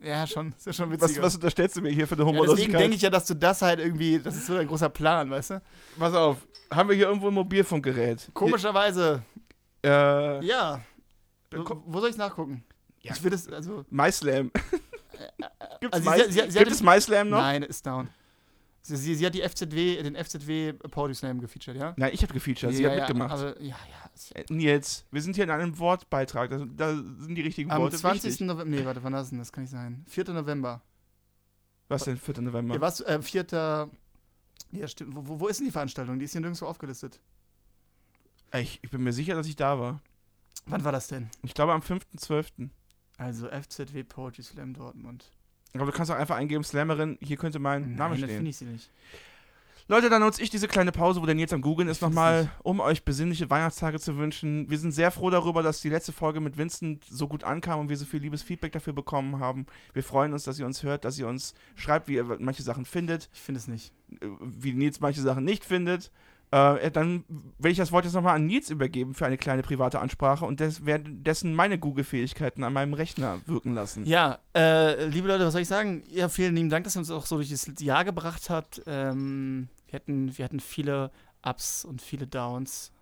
Speaker 1: Ja, schon. Ist ja schon
Speaker 2: Was,
Speaker 1: witzig.
Speaker 2: was unterstellst du mir hier für eine
Speaker 1: ja, deswegen
Speaker 2: Humorlosigkeit?
Speaker 1: denke ich ja, dass du das halt irgendwie, das ist so ein großer Plan, weißt du?
Speaker 2: Pass auf, haben wir hier irgendwo ein Mobilfunkgerät?
Speaker 1: Komischerweise,
Speaker 2: Hier, äh,
Speaker 1: ja.
Speaker 2: dann
Speaker 1: Wo,
Speaker 2: komm-
Speaker 1: wo soll ich nachgucken?
Speaker 2: Ja.
Speaker 1: Ich will das, also.
Speaker 2: MySlam. Gibt's
Speaker 1: Also
Speaker 2: also
Speaker 1: sie- sie- sie
Speaker 2: Gibt
Speaker 1: hatte-
Speaker 2: es MySlam noch?
Speaker 1: Nein, ist down. Sie, sie, sie hat die FZW, den FZW Poetry Slam gefeatured, ja?
Speaker 2: Nein, ich habe gefeatured, sie
Speaker 1: ja,
Speaker 2: hat
Speaker 1: ja,
Speaker 2: mitgemacht.
Speaker 1: Aber, ja, ja. es-
Speaker 2: Äh, Nils, wir sind hier in einem Wortbeitrag, da, da sind die richtigen
Speaker 1: Am
Speaker 2: Worte
Speaker 1: 20.
Speaker 2: wichtig.
Speaker 1: November. Nee, warte, wann war das denn? Das kann nicht sein. 4. November.
Speaker 2: Was denn, 4. November?
Speaker 1: Ja, was? Äh, 4. Ja, stimmt. Wo, wo, wo ist denn die Veranstaltung? Die ist hier nirgendwo aufgelistet.
Speaker 2: Ey, ich, ich bin mir sicher, dass ich da war.
Speaker 1: Wann war das denn?
Speaker 2: Ich glaube am 5.12.
Speaker 1: Also FZW Poetry Slam Dortmund.
Speaker 2: Aber du kannst auch einfach eingeben, Slammerin, hier könnte mein
Speaker 1: Nein,
Speaker 2: Name
Speaker 1: das
Speaker 2: stehen.
Speaker 1: finde ich sie nicht.
Speaker 2: Leute, dann nutze ich diese kleine Pause, wo der Nils am Googeln ist, nochmal, um euch besinnliche Weihnachtstage zu wünschen. Wir sind sehr froh darüber, dass die letzte Folge mit Vincent so gut ankam und wir so viel liebes Feedback dafür bekommen haben. Wir freuen uns, dass ihr uns hört, dass ihr uns schreibt, wie ihr manche Sachen findet,
Speaker 1: Ich finde es nicht.
Speaker 2: äh, wie Nils manche Sachen nicht findet. Äh, dann will ich das Wort jetzt nochmal an Nils übergeben für eine kleine private Ansprache und des, währenddessen meine Google-Fähigkeiten an meinem Rechner wirken lassen.
Speaker 1: Ja, äh, liebe Leute, was soll ich sagen? Ja, vielen lieben Dank, dass ihr uns auch so durch das Jahr gebracht habt. Ähm, wir, hatten, wir hatten viele Ups und viele Downs.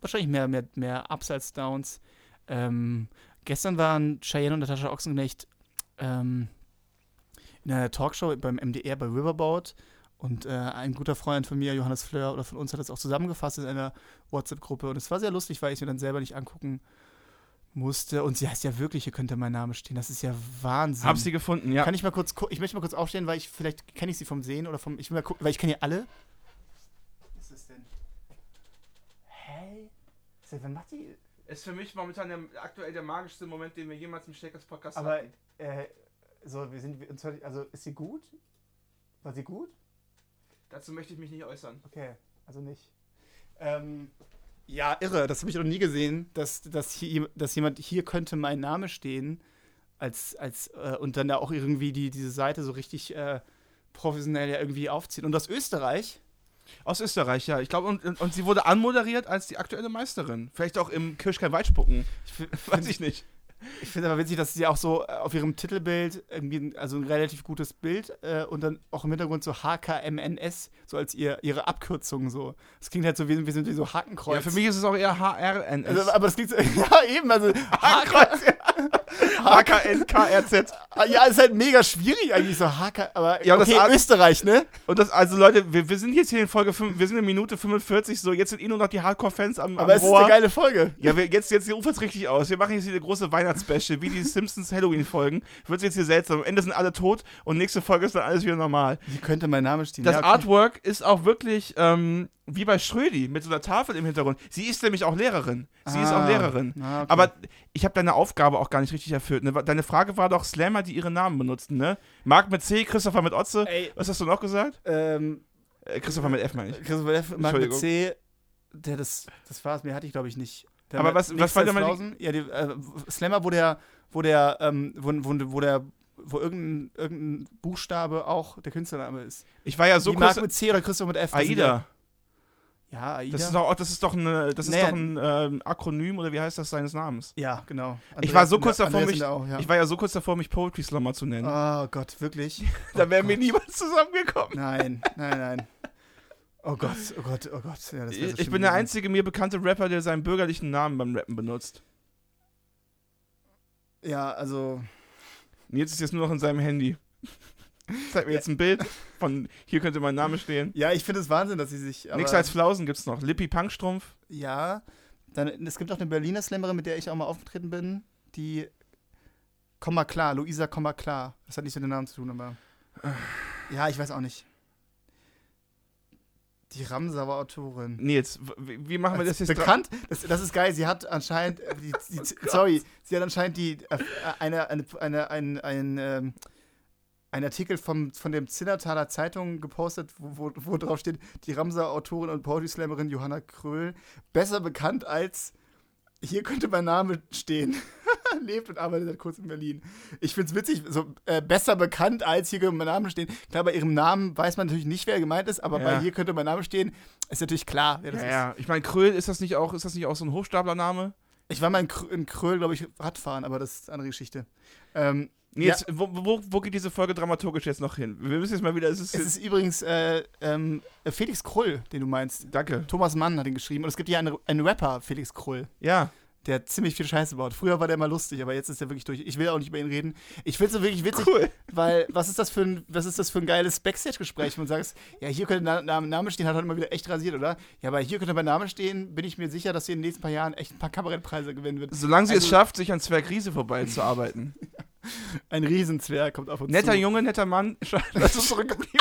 Speaker 1: Wahrscheinlich mehr, mehr, mehr Ups als Downs. Ähm, gestern waren Cheyenne und Natascha Ochsenknecht ähm, in einer Talkshow beim MDR bei Riverboat. Und äh, ein guter Freund von mir, Johannes Fleur, oder von uns hat das auch zusammengefasst in einer WhatsApp-Gruppe. Und es war sehr lustig, weil ich mir dann selber nicht angucken musste. Und sie heißt ja wirklich, hier könnte mein Name stehen. Das ist ja Wahnsinn.
Speaker 2: Hab sie gefunden, ja.
Speaker 1: Kann ich mal kurz, gu- ich möchte mal kurz aufstehen, weil ich, vielleicht kenne ich sie vom Sehen oder vom, ich will mal gucken, weil ich kenne ja alle. Was ist das denn? Hey? Seit wann macht die?
Speaker 2: Ist für mich momentan der, aktuell der magischste Moment, den wir jemals im Steckers Podcast
Speaker 1: Aber,
Speaker 2: hatten.
Speaker 1: äh, so, wir sind, wir- uns hört- also ist sie gut? War sie gut?
Speaker 2: Dazu möchte ich mich nicht äußern.
Speaker 1: Okay, also nicht. Ähm, ja, irre, das habe ich noch nie gesehen, dass, dass, hier, dass jemand, hier könnte mein Name stehen, als, als, äh, und dann da auch irgendwie die, diese Seite so richtig äh, professionell ja irgendwie aufziehen. Und aus Österreich,
Speaker 2: Aus Österreich, ja. Ich glaube, und, und, und sie wurde anmoderiert als die aktuelle Meisterin. Vielleicht auch im Kirschkein Weitspucken.
Speaker 1: ich, fi-
Speaker 2: Weiß ich nicht.
Speaker 1: Ich finde aber witzig, dass sie auch so äh, auf ihrem Titelbild irgendwie ein, also ein relativ gutes Bild äh, und dann auch im Hintergrund so HKMNS, so als ihr, ihre Abkürzung so. Das klingt halt so wie, wie, so- wie so Hakenkreuz.
Speaker 2: Ja, für mich ist es auch eher HRNS.
Speaker 1: Also, aber das klingt so, ja eben, also Hakenkreuz.
Speaker 2: HKNKRZ.
Speaker 1: ja, ist halt mega schwierig eigentlich so HK, aber
Speaker 2: Ja, und das
Speaker 1: okay,
Speaker 2: A-
Speaker 1: Österreich, ne?
Speaker 2: Und das, also Leute, wir, wir sind jetzt hier in Folge 5, wir sind in Minute 45, so jetzt sind eh nur noch die Hardcore-Fans am, am
Speaker 1: Aber es ist
Speaker 2: Rohr.
Speaker 1: eine geile Folge.
Speaker 2: ja, wir, jetzt, jetzt hier ufert's richtig aus. Wir machen jetzt hier eine große Weihnachtsspecial, wie die Simpsons Halloween-Folgen. Wird jetzt hier seltsam. Am Ende sind alle tot und nächste Folge ist dann alles wieder normal.
Speaker 1: Wie könnte mein Name stehen?
Speaker 2: Das
Speaker 1: ja, okay.
Speaker 2: Artwork ist auch wirklich ähm, wie bei Schrödi mit so einer Tafel im Hintergrund. Sie ist nämlich auch Lehrerin. Sie ist auch
Speaker 1: Ah.
Speaker 2: Lehrerin.
Speaker 1: Ah, okay.
Speaker 2: Aber ich habe deine Aufgabe auch gar nicht richtig erfüllt. Ne? Deine Frage war doch Slammer, die ihre Namen benutzen, ne? Marc mit C, Christopher mit Otze.
Speaker 1: Ey,
Speaker 2: Was hast du noch gesagt?
Speaker 1: ähm,
Speaker 2: Äh, Christopher mit F meine ich.
Speaker 1: Christopher Leff, Marc mit
Speaker 2: Entschuldigung.
Speaker 1: C, der das, das war's, mehr hatte ich glaube ich nicht. Der
Speaker 2: Aber
Speaker 1: hat
Speaker 2: was- was
Speaker 1: nichts
Speaker 2: war denn
Speaker 1: als
Speaker 2: mal die-
Speaker 1: Flausen? Ja, die, äh, Slammer, wo der, wo der, ähm, wo, wo, wo der, wo irgendein, irgendein Buchstabe auch der Künstlername ist.
Speaker 2: Ich war ja so
Speaker 1: die Marc
Speaker 2: kurz.
Speaker 1: mit C oder Christopher mit F. das sind
Speaker 2: Aida.
Speaker 1: Ja, ja Aida.
Speaker 2: Das ist doch, das ist doch, eine, das ist
Speaker 1: Naja.
Speaker 2: doch ein ähm, Akronym oder wie heißt das seines Namens?
Speaker 1: ja, genau.
Speaker 2: Ich war so
Speaker 1: in der-
Speaker 2: kurz davor,
Speaker 1: Andreas
Speaker 2: mich-
Speaker 1: in der Auch, ja.
Speaker 2: Ich war ja so kurz davor, mich Poetry Slummer zu nennen.
Speaker 1: oh Gott, wirklich?
Speaker 2: da
Speaker 1: oh
Speaker 2: wäre mir niemand zusammengekommen.
Speaker 1: Nein, nein, nein. Oh Gott, oh Gott, oh Gott. Ja, das wär so schlimm
Speaker 2: ich bin der
Speaker 1: gewesen.
Speaker 2: einzige mir bekannte Rapper, der seinen bürgerlichen Namen beim Rappen benutzt.
Speaker 1: Ja, also,
Speaker 2: Nils ist jetzt nur noch in seinem Handy. Zeig mir jetzt ein Bild von hier könnte mein Name stehen.
Speaker 1: ja, ich finde es Wahnsinn, dass sie sich.
Speaker 2: Nix
Speaker 1: aber-
Speaker 2: als Flausen gibt's noch. Lippi Punkstrumpf.
Speaker 1: Ja, dann, es gibt auch eine Berliner Slammerin, mit der ich auch mal aufgetreten bin, die Komm mal klar, Luisa, komm mal klar. Das hat nichts mit dem Namen zu tun, aber.
Speaker 2: Ah.
Speaker 1: Ja, ich weiß auch nicht. Die Ramsauer Autorin.
Speaker 2: Nils, w- wie wie machen wir das jetzt? dra- Oh
Speaker 1: bekannt? Das, das ist geil. Sie hat anscheinend, äh, die, die, sorry, sie hat anscheinend die äh, eine, eine, eine, ein, ein, ähm, ein Artikel vom, von dem Zinnertaler Zeitung gepostet, wo, wo, wo drauf steht, die Ramser Autorin und Poetry Slammerin Johanna Kröll, besser bekannt als hier könnte mein Name stehen. Lebt und arbeitet seit kurzem in Berlin. Ich find's witzig, so äh, besser bekannt als hier könnte mein Name stehen. Klar, bei ihrem Namen weiß man natürlich nicht, wer gemeint ist, aber bei
Speaker 2: Ja.
Speaker 1: hier könnte mein Name stehen, ist natürlich klar, wer das
Speaker 2: Ja,
Speaker 1: ist.
Speaker 2: ja. Ich meine, Kröll, ist das nicht auch, ist das nicht auch so ein Hochstaplername?
Speaker 1: Ich war mal in, Krö in Kröll, glaube ich, Radfahren, aber das ist eine andere Geschichte. Ähm,
Speaker 2: Nils, wo, wo, wo geht diese Folge dramaturgisch jetzt noch hin? Wir müssen jetzt mal wieder. Es ist,
Speaker 1: es ist übrigens äh, ähm, Felix Krull, den du meinst.
Speaker 2: danke.
Speaker 1: Thomas Mann hat ihn geschrieben. Und es gibt ja einen, einen Rapper, Felix Krull,
Speaker 2: Ja.
Speaker 1: der ziemlich viel Scheiße baut. Früher war der mal lustig, aber jetzt ist er wirklich durch. Ich will auch nicht über ihn reden. Ich finde es wirklich witzig,
Speaker 2: Cool.
Speaker 1: weil was ist das für ein, was ist das für ein geiles Backstage-Gespräch? wenn Man sagt, ja, hier könnte Na- Na- Name stehen, hat heute mal wieder echt rasiert, oder? Ja, aber hier könnte mein Name stehen, bin ich mir sicher, dass sie in den nächsten paar Jahren echt ein paar Kabarettpreise gewinnen wird.
Speaker 2: Solange sie es
Speaker 1: Also-
Speaker 2: schafft, sich an Zwerg Riese vorbeizuarbeiten.
Speaker 1: Ein Riesenzwerg kommt auf uns
Speaker 2: netter
Speaker 1: zu.
Speaker 2: Junge, netter Mann. Schade, dass du zurückgeblieben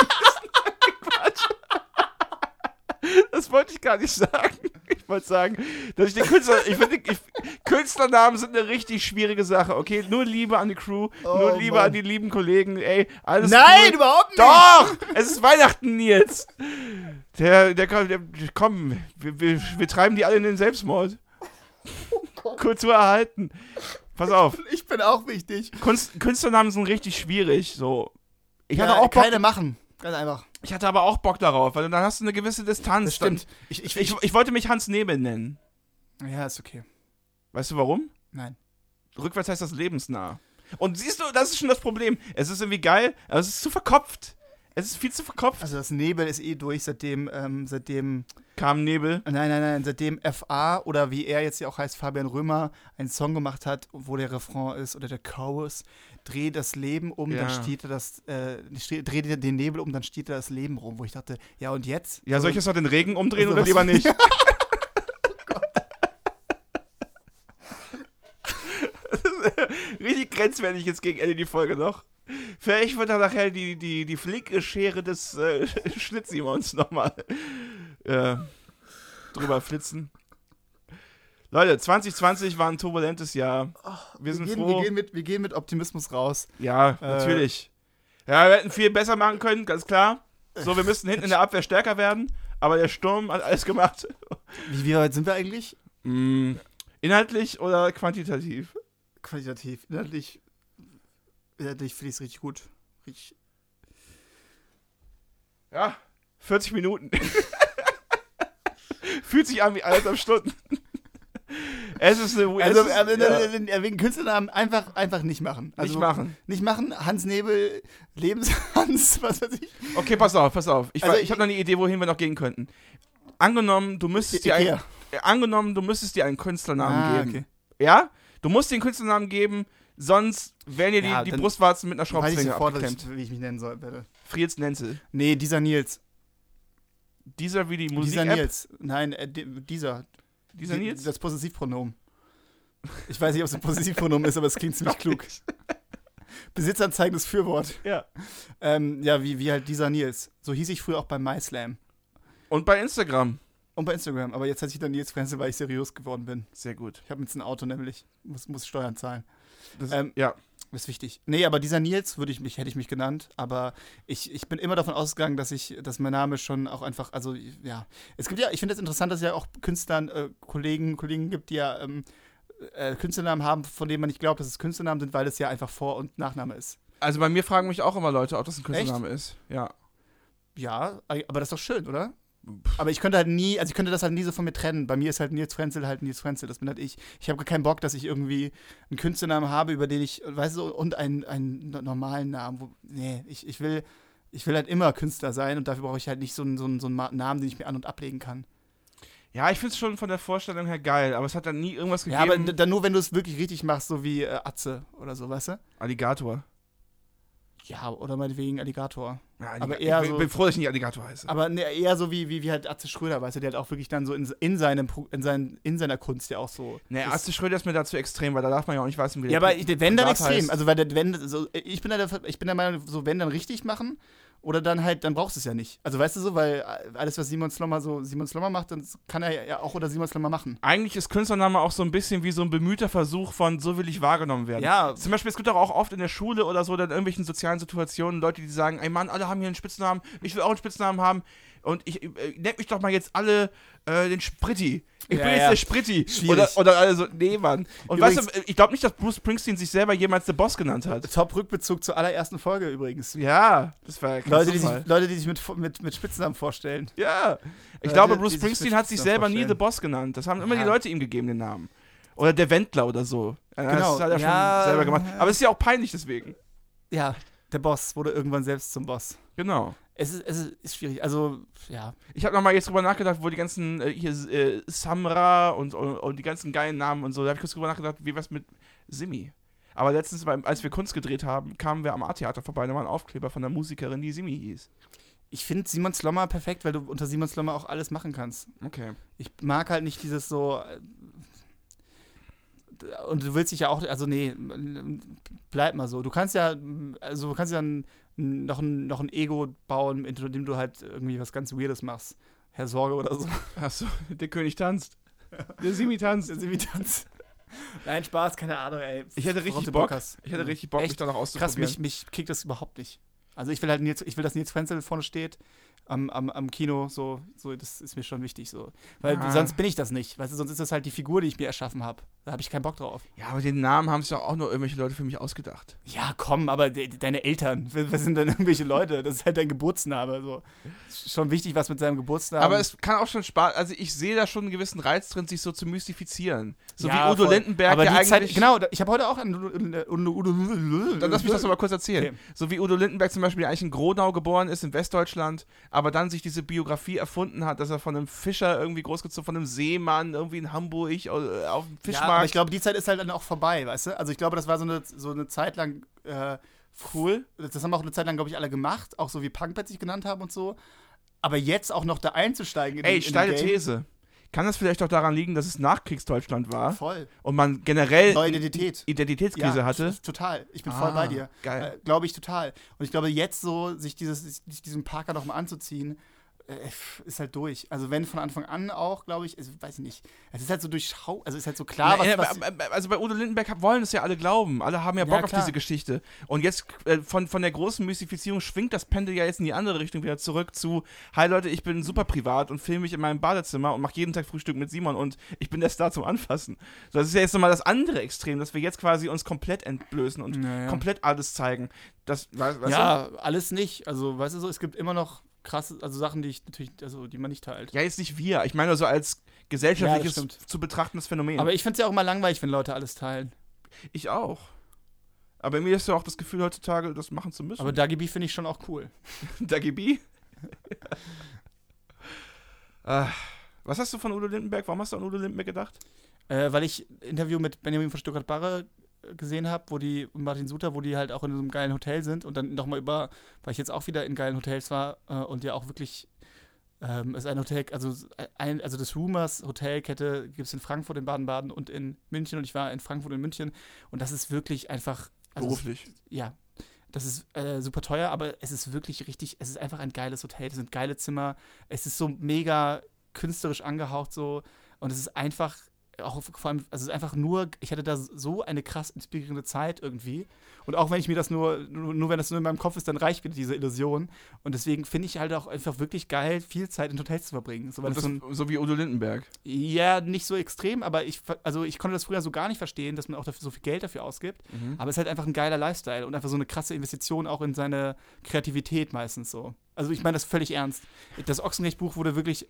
Speaker 2: bist. Quatsch. Das wollte ich gar nicht sagen. Ich wollte sagen, dass ich den Künstler. Ich finde, ich, Künstlernamen sind eine richtig schwierige Sache, okay? Nur Liebe an die Crew, nur Liebe
Speaker 1: Mann.
Speaker 2: an die lieben Kollegen, ey. Alles
Speaker 1: Nein,
Speaker 2: cool.
Speaker 1: überhaupt nicht!
Speaker 2: Doch! Es ist Weihnachten, Nils! Der, der, kann- der komm, wir, wir, wir treiben die alle in den Selbstmord. Kultur erhalten. Pass auf,
Speaker 1: Ich bin auch wichtig.
Speaker 2: Kunst, Künstlernamen sind richtig schwierig, so. Ich hatte,
Speaker 1: ja,
Speaker 2: auch Bock,
Speaker 1: keine machen. Ganz einfach.
Speaker 2: ich hatte aber auch Bock darauf, weil dann hast du eine gewisse Distanz.
Speaker 1: Ich,
Speaker 2: Ich,
Speaker 1: ich,
Speaker 2: ich, ich wollte mich Hans Nebel nennen.
Speaker 1: ja, ist okay.
Speaker 2: Weißt du warum?
Speaker 1: Nein.
Speaker 2: Rückwärts heißt das lebensnah. Und siehst du, das ist schon das Problem. Es ist irgendwie geil, aber es ist zu verkopft. Es ist viel zu verkopft.
Speaker 1: Also das Nebel ist eh durch, seitdem, ähm, seitdem,
Speaker 2: Kam Nebel.
Speaker 1: nein, nein, nein, seitdem FA oder wie er jetzt ja auch heißt, Fabian Römer, einen Song gemacht hat, wo der Refrain ist oder der Chorus, dreh das Leben um,
Speaker 2: Ja.
Speaker 1: dann steht da das, äh, ste- dreh dir den Nebel um, dann steht da das Leben rum, wo ich dachte, ja und jetzt?
Speaker 2: Ja, soll ich jetzt mal den Regen umdrehen
Speaker 1: Also
Speaker 2: oder
Speaker 1: was-
Speaker 2: lieber nicht? Oh Richtig grenzwertig jetzt gegen Ende die Folge noch. Vielleicht wird da nachher die, die, die flinke Schere des äh, Schlitzsimons nochmal äh, drüber flitzen. Leute, 2020 war ein turbulentes Jahr. Wir sind
Speaker 1: gehen,
Speaker 2: froh.
Speaker 1: Wir gehen, mit, wir gehen mit Optimismus raus.
Speaker 2: Ja,
Speaker 1: Äh,
Speaker 2: natürlich. Ja, wir hätten viel besser machen können, ganz klar. So, wir müssten hinten in der Abwehr stärker werden, aber der Sturm hat alles gemacht.
Speaker 1: Wie, wie weit sind wir eigentlich?
Speaker 2: Mm, Inhaltlich oder quantitativ?
Speaker 1: Qualitativ, inhaltlich, inhaltlich finde ich es richtig gut. Richtig,
Speaker 2: Ja, 40 Minuten. Fühlt sich an wie anderthalb Stunden. Es ist eine.
Speaker 1: Also,
Speaker 2: es ist,
Speaker 1: äh,
Speaker 2: ja,
Speaker 1: äh, äh, wegen Künstlernamen einfach, einfach nicht machen. Also,
Speaker 2: nicht machen.
Speaker 1: Nicht machen. Hans Nebel, Lebenshans, was weiß ich.
Speaker 2: Okay, pass auf, pass auf. Ich,
Speaker 1: Also
Speaker 2: also, ich
Speaker 1: ich-
Speaker 2: habe noch eine Idee, wohin wir noch gehen könnten. Angenommen, du müsstest dir, ein,
Speaker 1: Ikea.
Speaker 2: äh, angenommen, du müsstest dir einen Künstlernamen
Speaker 1: Ah,
Speaker 2: geben.
Speaker 1: okay.
Speaker 2: Ja? Du musst den Künstlernamen geben, sonst werden dir die,
Speaker 1: Ja,
Speaker 2: die
Speaker 1: dann
Speaker 2: Brustwarzen mit einer
Speaker 1: Weiß ich
Speaker 2: Schraubzwinge
Speaker 1: sofort, dass
Speaker 2: abgeklemmt.
Speaker 1: ich, wie ich mich nennen soll, bitte.
Speaker 2: Frieds Nenzel.
Speaker 1: Nee, dieser Nils.
Speaker 2: Dieser wie die
Speaker 1: dieser
Speaker 2: Musik-App.
Speaker 1: Nils. Nein, äh, di- dieser.
Speaker 2: Dieser
Speaker 1: Die-
Speaker 2: Nils?
Speaker 1: Das Possessivpronomen. Ich weiß nicht, ob es ein Possessivpronomen ist, aber es klingt ziemlich klug. Besitzanzeigendes Fürwort.
Speaker 2: Ja.
Speaker 1: Ähm, ja, wie, wie halt dieser Nils. So hieß ich früher auch bei MySlam.
Speaker 2: Und bei Instagram.
Speaker 1: Und bei Instagram. Aber jetzt heißt ich dann Nils Frenzel, weil ich seriös geworden bin.
Speaker 2: Sehr gut.
Speaker 1: Ich habe jetzt ein Auto nämlich. Muss, muss Steuern zahlen.
Speaker 2: Das,
Speaker 1: Ähm,
Speaker 2: ja.
Speaker 1: Ist wichtig. Nee, aber dieser Nils würde ich mich, hätte ich mich genannt, aber ich, ich bin immer davon ausgegangen, dass ich, dass mein Name schon auch einfach, also ja. Es gibt ja, ich finde es das interessant, dass es ja auch Künstlern, äh, Kollegen, Kollegen gibt, die ja ähm, äh, Künstlernamen haben, von denen man nicht glaubt, dass es Künstlernamen sind, weil es ja einfach Vor- und Nachname ist.
Speaker 2: Also bei mir fragen mich auch immer Leute, ob das ein Künstlername ist. Ja.
Speaker 1: Ja, aber das ist doch schön, oder? Aber ich könnte halt nie, also ich könnte das halt nie so von mir trennen. Bei mir ist halt Nils Frenzel halt Nils Frenzel, das bin halt ich. Ich habe keinen Bock, dass ich irgendwie einen Künstlernamen habe, über den ich, weißt du, und einen, einen no- normalen Namen. Wo, nee, ich, ich will, ich will halt immer Künstler sein und dafür brauche ich halt nicht so einen, so, einen, so einen Ma- Namen, den ich mir an- und ablegen kann.
Speaker 2: Ja, ich finde es schon von der Vorstellung her geil, aber es hat dann nie irgendwas
Speaker 1: Ja, aber
Speaker 2: gegeben.
Speaker 1: d- dann nur, wenn du es wirklich richtig machst, so wie äh, Atze oder so, weißt du?
Speaker 2: Alligator.
Speaker 1: Ja, oder meinetwegen Alligator.
Speaker 2: Ja,
Speaker 1: Aber
Speaker 2: Alliga-
Speaker 1: eher
Speaker 2: ich bin,
Speaker 1: so-
Speaker 2: bin froh, dass ich nicht Alligator heiße.
Speaker 1: Aber ne, eher so wie, wie, wie halt Atze Schröder, weißt du, der halt auch wirklich dann so in, in, seinem, Pro- in, seinen, in seiner Kunst ja auch so.
Speaker 2: Nee,
Speaker 1: ist-
Speaker 2: Astrid Schröder ist mir dazu extrem, weil da darf man ja auch nicht wissen, wie
Speaker 1: Ja,
Speaker 2: der
Speaker 1: aber ich, wenn dann
Speaker 2: privat
Speaker 1: extrem.
Speaker 2: heißt.
Speaker 1: Also weil der, wenn so, ich bin der, ich bin der Meinung, so wenn dann richtig machen oder dann halt, dann brauchst du es ja nicht. Also weißt du so, weil alles was Simon Slommer so Simon Slommer macht, dann kann er ja auch oder Simon Slommer machen.
Speaker 2: Eigentlich ist Künstlername auch so ein bisschen wie so ein bemühter Versuch von, so will ich wahrgenommen werden.
Speaker 1: Ja,
Speaker 2: Zum Beispiel, es gibt doch auch oft in der Schule oder so, dann in irgendwelchen sozialen Situationen Leute, die sagen, ey Mann, alle haben hier einen Spitznamen, ich will auch einen Spitznamen haben und ich äh, nennt mich doch mal jetzt alle äh, den Spritti. Ich
Speaker 1: Ja,
Speaker 2: bin jetzt
Speaker 1: ja.
Speaker 2: der Spritti.
Speaker 1: Schwierig.
Speaker 2: Oder, oder alle so, nee, Mann. Und
Speaker 1: Übrigens-
Speaker 2: weißt du, ich glaube nicht, dass Bruce Springsteen sich selber jemals The Boss genannt hat.
Speaker 1: Top Rückbezug zur allerersten Folge übrigens.
Speaker 2: Ja, das war ja kein
Speaker 1: Leute, die
Speaker 2: Zufall.
Speaker 1: sich, Leute, die sich mit, mit, mit Spitznamen vorstellen.
Speaker 2: Ja. Ich
Speaker 1: Leute,
Speaker 2: glaube,
Speaker 1: die
Speaker 2: Bruce
Speaker 1: sich
Speaker 2: Springsteen
Speaker 1: mit
Speaker 2: hat sich
Speaker 1: Spitznamen
Speaker 2: selber nie
Speaker 1: vorstellen.
Speaker 2: The Boss genannt. Das haben immer die
Speaker 1: Ja.
Speaker 2: Leute ihm gegeben, den Namen. Oder der Wendler oder so. Ja,
Speaker 1: Genau.
Speaker 2: Das hat er
Speaker 1: Ja.
Speaker 2: schon selber gemacht. Aber es ist ja auch peinlich deswegen.
Speaker 1: Ja, der Boss wurde irgendwann selbst zum Boss.
Speaker 2: Genau.
Speaker 1: Es ist, es ist, ist schwierig. Also, ja.
Speaker 2: Ich habe nochmal jetzt drüber nachgedacht, wo die ganzen äh, hier äh, Samra und, und, und die ganzen geilen Namen und so. Da habe ich kurz drüber nachgedacht, wie was mit Simi. Aber letztens, beim, als wir Kunst gedreht haben, kamen wir am A-Theater vorbei. Da war ein Aufkleber von der Musikerin, die Simi hieß.
Speaker 1: Ich finde Simon Slommer perfekt, weil du unter Simon Slommer auch alles machen kannst.
Speaker 2: Okay.
Speaker 1: ich mag halt nicht dieses so. äh, Und du willst dich ja auch, also nee, bleib mal so. Du kannst ja, also du kannst ja n- noch ein, noch ein Ego bauen, in dem du halt irgendwie was ganz Weirdes machst. Herr Sorge oder so.
Speaker 2: Achso, der König tanzt. Der Simi tanzt.
Speaker 1: Nein, Spaß, keine Ahnung, ey.
Speaker 2: Ich hätte
Speaker 1: Worauf
Speaker 2: richtig
Speaker 1: du
Speaker 2: Bock.
Speaker 1: hast. Mhm.
Speaker 2: Ich hätte richtig Bock, mich
Speaker 1: Echt?
Speaker 2: da noch auszuprobieren.
Speaker 1: Krass, mich, mich kickt das überhaupt nicht. Also ich will halt Nils, ich will, dass Nils Frenzel vorne steht. am, am, am Kino, so, so, das ist mir schon wichtig, so. Weil
Speaker 2: Ah.
Speaker 1: sonst bin ich das nicht, weißt du, sonst ist das halt die Figur, die ich mir erschaffen habe. Da habe ich keinen Bock drauf.
Speaker 2: Ja, aber den Namen haben sich doch auch nur irgendwelche Leute für mich ausgedacht.
Speaker 1: Ja, komm, aber de deine Eltern, wer wer sind denn irgendwelche Leute? Das ist halt dein Geburtsname, so. Ist schon wichtig, was mit seinem Geburtsnamen.
Speaker 2: Aber es kann auch schon Spaß. Also ich sehe da schon einen gewissen Reiz drin, sich so zu mystifizieren. So
Speaker 1: Ja,
Speaker 2: wie Udo
Speaker 1: voll.
Speaker 2: Lindenberg,
Speaker 1: aber
Speaker 2: der
Speaker 1: die
Speaker 2: eigentlich.
Speaker 1: Zeit, genau, da- ich habe heute auch an äh, Udo, Udo, Udo
Speaker 2: Dann lass mich das doch mal kurz erzählen.
Speaker 1: Okay.
Speaker 2: So wie Udo Lindenberg zum Beispiel der eigentlich in Grodau geboren ist, in Westdeutschland, aber dann sich diese Biografie erfunden hat, dass er von einem Fischer irgendwie großgezogen, von einem Seemann irgendwie in Hamburg äh, auf dem
Speaker 1: Ja, aber
Speaker 2: Fischmarkt.
Speaker 1: ich glaube, die Zeit ist halt dann auch vorbei, weißt du? Also ich glaube, das war so eine, so eine Zeit lang äh, cool. Das haben auch eine Zeit lang, glaube ich, alle gemacht, auch so wie Punkbats sich genannt haben und so. Aber jetzt auch noch da einzusteigen in
Speaker 2: Ey,
Speaker 1: den- in
Speaker 2: steile
Speaker 1: den Game,
Speaker 2: These. Kann das vielleicht auch daran liegen, dass es Nachkriegsdeutschland war
Speaker 1: Voll.
Speaker 2: und man generell
Speaker 1: Neue Identität.
Speaker 2: Identitätskrise hatte?
Speaker 1: t- Total. Ich bin voll
Speaker 2: Ah,
Speaker 1: bei dir.
Speaker 2: geil.
Speaker 1: Äh, glaube ich total. Und ich glaube, jetzt so, sich dieses, sich diesen Parker nochmal anzuziehen, äh, ist halt durch. Also wenn von Anfang an auch, glaube ich, es- weiß ich nicht. Es ist halt so durchschau, also es ist halt so klar,
Speaker 2: Na,
Speaker 1: was, was,
Speaker 2: äh, äh, also bei Udo Lindenberg hab- wollen es ja alle glauben. Alle haben ja
Speaker 1: Ja,
Speaker 2: Bock auf
Speaker 1: klar.
Speaker 2: diese Geschichte. Und jetzt äh, von, von der großen Mystifizierung schwingt das Pendel ja jetzt in die andere Richtung wieder zurück zu, hi Leute, ich bin super privat und filme mich in meinem Badezimmer und mache jeden Tag Frühstück mit Simon und ich bin der Star zum Anfassen. So, das ist ja jetzt nochmal das andere Extrem, dass wir jetzt quasi uns komplett entblößen und
Speaker 1: Naja.
Speaker 2: komplett alles zeigen. Das, weißt, weißt du?
Speaker 1: Ja, alles nicht. Also, weißt du so, es gibt immer noch krasse, also Sachen, die ich natürlich, also die man nicht teilt.
Speaker 2: ja, jetzt nicht wir. Ich meine nur so als
Speaker 1: Ja, das
Speaker 2: gesellschaftliches
Speaker 1: stimmt.
Speaker 2: zu betrachtendes Phänomen.
Speaker 1: Aber ich finde es ja auch immer langweilig, wenn Leute alles teilen.
Speaker 2: ich auch. Aber mir ist ja auch das Gefühl heutzutage, das machen zu müssen.
Speaker 1: Aber Dagi B finde ich schon auch cool.
Speaker 2: Dagi B. Ah, Was hast du von Udo Lindenberg? Warum hast du an Udo Lindenberg gedacht?
Speaker 1: Äh, weil ich ein Interview mit Benjamin von Stuttgart-Barre äh, gesehen habe, wo die, und Martin Suter, wo die halt auch in so einem geilen Hotel sind und dann nochmal über, weil ich jetzt auch wieder in geilen Hotels war äh, und ja auch wirklich, ähm, es ist ein Hotel, also, ein, also das Rumors Hotelkette gibt es in Frankfurt, in Baden-Baden und in München und ich war in Frankfurt und München und das ist wirklich einfach, also es
Speaker 2: Beruflich.
Speaker 1: ja, das ist äh, super teuer, aber es ist wirklich richtig, es ist einfach ein geiles Hotel, es sind geile Zimmer, es ist so mega künstlerisch angehaucht so und es ist einfach auch vor allem, also es ist einfach nur, ich hatte da so eine krass inspirierende Zeit irgendwie. Und auch wenn ich mir das nur, nur, nur wenn das nur in meinem Kopf ist, dann reicht mir diese Illusion. Und deswegen finde ich halt auch einfach wirklich geil, viel Zeit in Hotels zu verbringen. So, weil
Speaker 2: Und
Speaker 1: das
Speaker 2: das,
Speaker 1: so ein,
Speaker 2: so wie Udo Lindenberg.
Speaker 1: ja, nicht so extrem, aber ich, ver- also ich konnte das früher so gar nicht verstehen, dass man auch dafür so viel Geld dafür ausgibt.
Speaker 2: Mhm.
Speaker 1: Aber es ist halt einfach ein geiler Lifestyle und einfach so eine krasse Investition auch in seine Kreativität meistens so. Also ich meine das völlig ernst. Das Ochsenrecht-Buch wurde wirklich,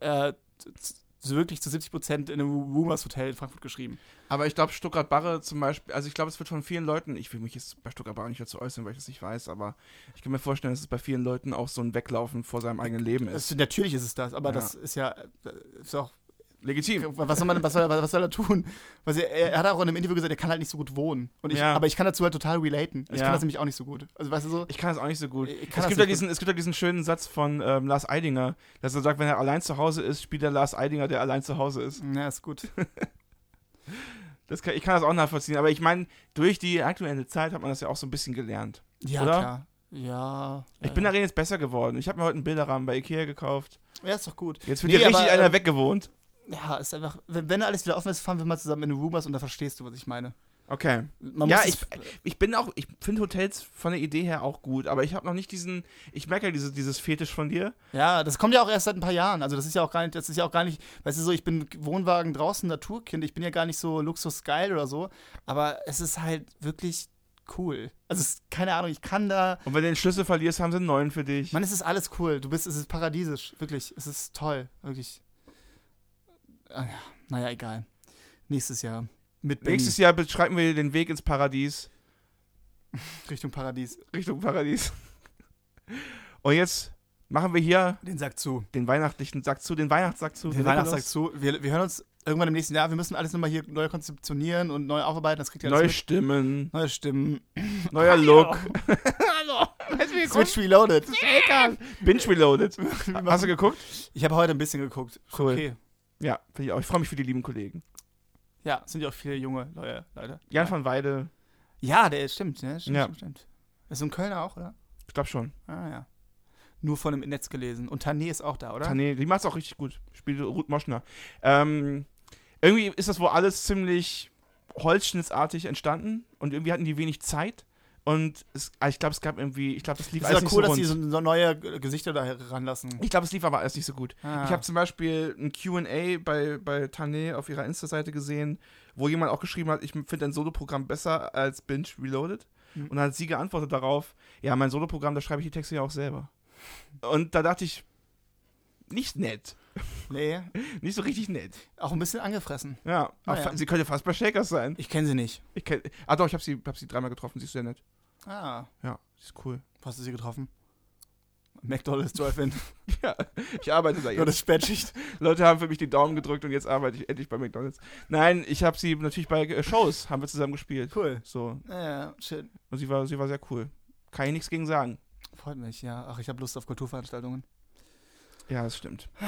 Speaker 1: äh, z- z- wirklich zu 70 Prozent in einem Rumors Hotel in Frankfurt geschrieben.
Speaker 2: Aber ich glaube, Stuttgart Barre zum Beispiel, also ich glaube, es wird von vielen Leuten, ich will mich jetzt bei Stuttgart Barre nicht dazu äußern, weil ich das nicht weiß, aber ich kann mir vorstellen, dass es bei vielen Leuten auch so ein Weglaufen vor seinem eigenen Leben ist.
Speaker 1: Das, natürlich ist es das, aber
Speaker 2: Ja.
Speaker 1: das ist ja äh, ist auch
Speaker 2: Legitim.
Speaker 1: was soll, man, was, soll, was soll er tun? Was er, er hat auch in einem Interview gesagt, er kann halt nicht so gut wohnen. Und ich,
Speaker 2: Ja.
Speaker 1: Aber ich kann dazu halt total relaten. Ich
Speaker 2: Ja.
Speaker 1: kann das nämlich auch nicht so gut. Also weißt du so?
Speaker 2: Ich kann das auch nicht so gut.
Speaker 1: Ich kann
Speaker 2: Es
Speaker 1: das
Speaker 2: gibt, ja
Speaker 1: nicht
Speaker 2: diesen, es gibt ja diesen schönen Satz von ähm, Lars Eidinger, dass er sagt, wenn er allein zu Hause ist, spielt er Lars Eidinger, der allein zu Hause ist.
Speaker 1: Ja, ist gut.
Speaker 2: Das kann, ich kann das auch nachvollziehen, aber ich meine, durch die aktuelle Zeit hat man das ja auch so ein bisschen gelernt.
Speaker 1: Ja,
Speaker 2: Oder?
Speaker 1: klar. Ja.
Speaker 2: Ich bin halt- darin jetzt besser geworden. Ich habe mir heute einen Bilderrahmen bei Ikea gekauft.
Speaker 1: Ja, ist doch gut.
Speaker 2: Jetzt wird
Speaker 1: Nee,
Speaker 2: ja richtig
Speaker 1: aber,
Speaker 2: einer
Speaker 1: ähm,
Speaker 2: weggewohnt.
Speaker 1: Ja, ist einfach, wenn, wenn alles wieder offen ist, fahren wir mal zusammen in den Rumors und da verstehst du, was ich meine.
Speaker 2: Okay.
Speaker 1: Man
Speaker 2: ja,
Speaker 1: muss
Speaker 2: ich,
Speaker 1: es-
Speaker 2: ich bin auch, ich finde Hotels von der Idee her auch gut, aber ich habe noch nicht diesen, ich merke ja dieses, dieses Fetisch von dir.
Speaker 1: ja, das kommt ja auch erst seit ein paar Jahren. Also das ist ja auch gar nicht, das ist ja auch gar nicht, weißt du so, ich bin Wohnwagen draußen, Naturkind, ich bin ja gar nicht so luxusgeil oder so, aber es ist halt wirklich cool. Also es ist, keine Ahnung, ich kann da,
Speaker 2: Und wenn du den Schlüssel verlierst, haben sie einen neuen für dich.
Speaker 1: man, es ist alles cool. Du bist, es ist paradiesisch, wirklich. Es ist toll, wirklich. Ah ja, Naja, egal. Nächstes Jahr mit Benny.
Speaker 2: Nächstes Jahr beschreiben wir den Weg ins Paradies,
Speaker 1: Richtung Paradies.
Speaker 2: Richtung Paradies. Und jetzt machen wir hier
Speaker 1: Den Sack zu.
Speaker 2: den weihnachtlichen Sack zu, den Weihnachtssack zu.
Speaker 1: Der
Speaker 2: Nikolaus.
Speaker 1: Weihnachtssack zu. Wir, wir hören uns irgendwann im nächsten Jahr. Wir müssen alles nochmal hier neu konzeptionieren und neu aufarbeiten. Das kriegt ihr alles
Speaker 2: Neue
Speaker 1: mit.
Speaker 2: Stimmen,
Speaker 1: neue Stimmen.
Speaker 2: neuer Look.
Speaker 1: Hallo. Switch Reloaded.
Speaker 2: Egal. Binge reloaded. Hast du geguckt?
Speaker 1: Ich habe heute ein bisschen geguckt.
Speaker 2: Cool.
Speaker 1: Okay.
Speaker 2: Ja, finde ich auch. Ich freue mich für die lieben Kollegen.
Speaker 1: Ja, sind ja auch viele junge Leute, Leute.
Speaker 2: Jan van Weide,
Speaker 1: Ja, der ist, stimmt, ne? Stimmt,
Speaker 2: Ja.
Speaker 1: stimmt, stimmt. Ist ein Kölner auch, oder?
Speaker 2: ich glaube schon.
Speaker 1: Ah, ja. Nur von dem Netz gelesen. Und Tané ist auch da, oder?
Speaker 2: Tané, die macht's auch richtig gut. Spielt Ruth Moschner. Ähm, irgendwie ist das wohl alles ziemlich holzschnittsartig entstanden und irgendwie hatten die wenig Zeit. Und es, ah, ich glaube, es gab irgendwie, ich glaube, das lief
Speaker 1: Das
Speaker 2: alles
Speaker 1: ist ja
Speaker 2: nicht
Speaker 1: cool,
Speaker 2: so
Speaker 1: dass
Speaker 2: rund.
Speaker 1: die so, so neue G- Gesichter da heranlassen.
Speaker 2: ich glaube, es lief aber alles nicht so gut.
Speaker 1: Ah.
Speaker 2: Ich habe zum Beispiel ein QA bei, bei Tane auf ihrer Insta-Seite gesehen, wo jemand auch geschrieben hat, ich finde dein Solo-Programm besser als Binge Reloaded.
Speaker 1: Mhm.
Speaker 2: Und dann hat sie geantwortet darauf, ja, mein Solo-Programm, da schreibe ich die Texte ja auch selber. Und da dachte ich, nicht nett.
Speaker 1: nee,
Speaker 2: Nicht so richtig nett.
Speaker 1: auch ein bisschen angefressen.
Speaker 2: Ja, aber
Speaker 1: Naja.
Speaker 2: fa- sie könnte fast bei Shakers sein.
Speaker 1: Ich kenne sie nicht.
Speaker 2: Ich kenn, ah doch, ich habe sie, hab sie dreimal getroffen, sie ist sehr nett.
Speaker 1: Ah,
Speaker 2: Ja, sie ist cool.
Speaker 1: wo hast du sie getroffen? McDonalds Drive-In.
Speaker 2: Ja, ich arbeite da jetzt.
Speaker 1: Nur das Spätschicht.
Speaker 2: Leute haben für mich die Daumen gedrückt und jetzt arbeite ich endlich bei McDonalds. Nein, ich habe sie natürlich bei äh, Shows, haben wir zusammen gespielt.
Speaker 1: Cool.
Speaker 2: So,
Speaker 1: Ja, shit.
Speaker 2: und sie war, sie war sehr cool. Kann ich nichts gegen sagen.
Speaker 1: Freut mich, ja. Ach, ich habe Lust auf Kulturveranstaltungen.
Speaker 2: Ja, das stimmt.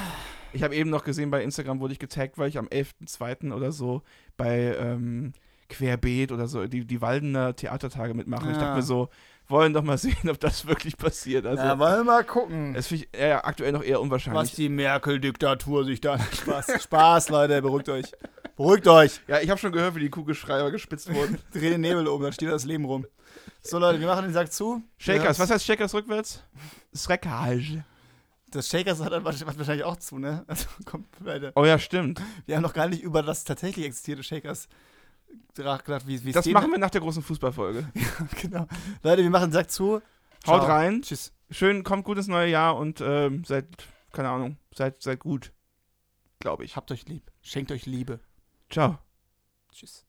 Speaker 2: Ich habe eben noch gesehen, bei Instagram wurde ich getaggt, weil ich am 11.02. oder so bei ähm, Querbeet oder so die, die Waldener Theatertage mitmache. Ich
Speaker 1: Ah.
Speaker 2: dachte mir so, wollen doch mal sehen, ob das wirklich passiert. Also,
Speaker 1: ja, wollen wir mal gucken.
Speaker 2: das finde ich eher, aktuell noch eher
Speaker 1: was
Speaker 2: unwahrscheinlich.
Speaker 1: die Merkel-Diktatur sich da. Spaß, Spaß, Leute, beruhigt euch. Beruhigt euch.
Speaker 2: Ja, ich habe schon gehört, wie die Kugelschreiber gespitzt wurden.
Speaker 1: Dreh den Nebel um, dann steht das Leben rum. So, Leute, wir machen den Sack zu.
Speaker 2: Shakers,
Speaker 1: Ja.
Speaker 2: was heißt Shakers rückwärts? Schreckage.
Speaker 1: Das Shakers hat, dann wahrsch- hat wahrscheinlich auch zu, ne? Also, kommt weiter.
Speaker 2: Oh ja, stimmt.
Speaker 1: Wir haben noch gar nicht über das tatsächlich existierte Shakers nachgedacht, wie wie es
Speaker 2: Das
Speaker 1: denen-
Speaker 2: machen wir nach der großen Fußballfolge.
Speaker 1: Genau. Leute, wir machen den Sack zu. Ciao.
Speaker 2: Haut rein.
Speaker 1: Tschüss.
Speaker 2: Schön, kommt gut ins neue Jahr und ähm, seid, keine Ahnung, seid, seid gut. Glaube ich.
Speaker 1: Habt euch lieb. Schenkt euch Liebe.
Speaker 2: Ciao.
Speaker 1: Tschüss.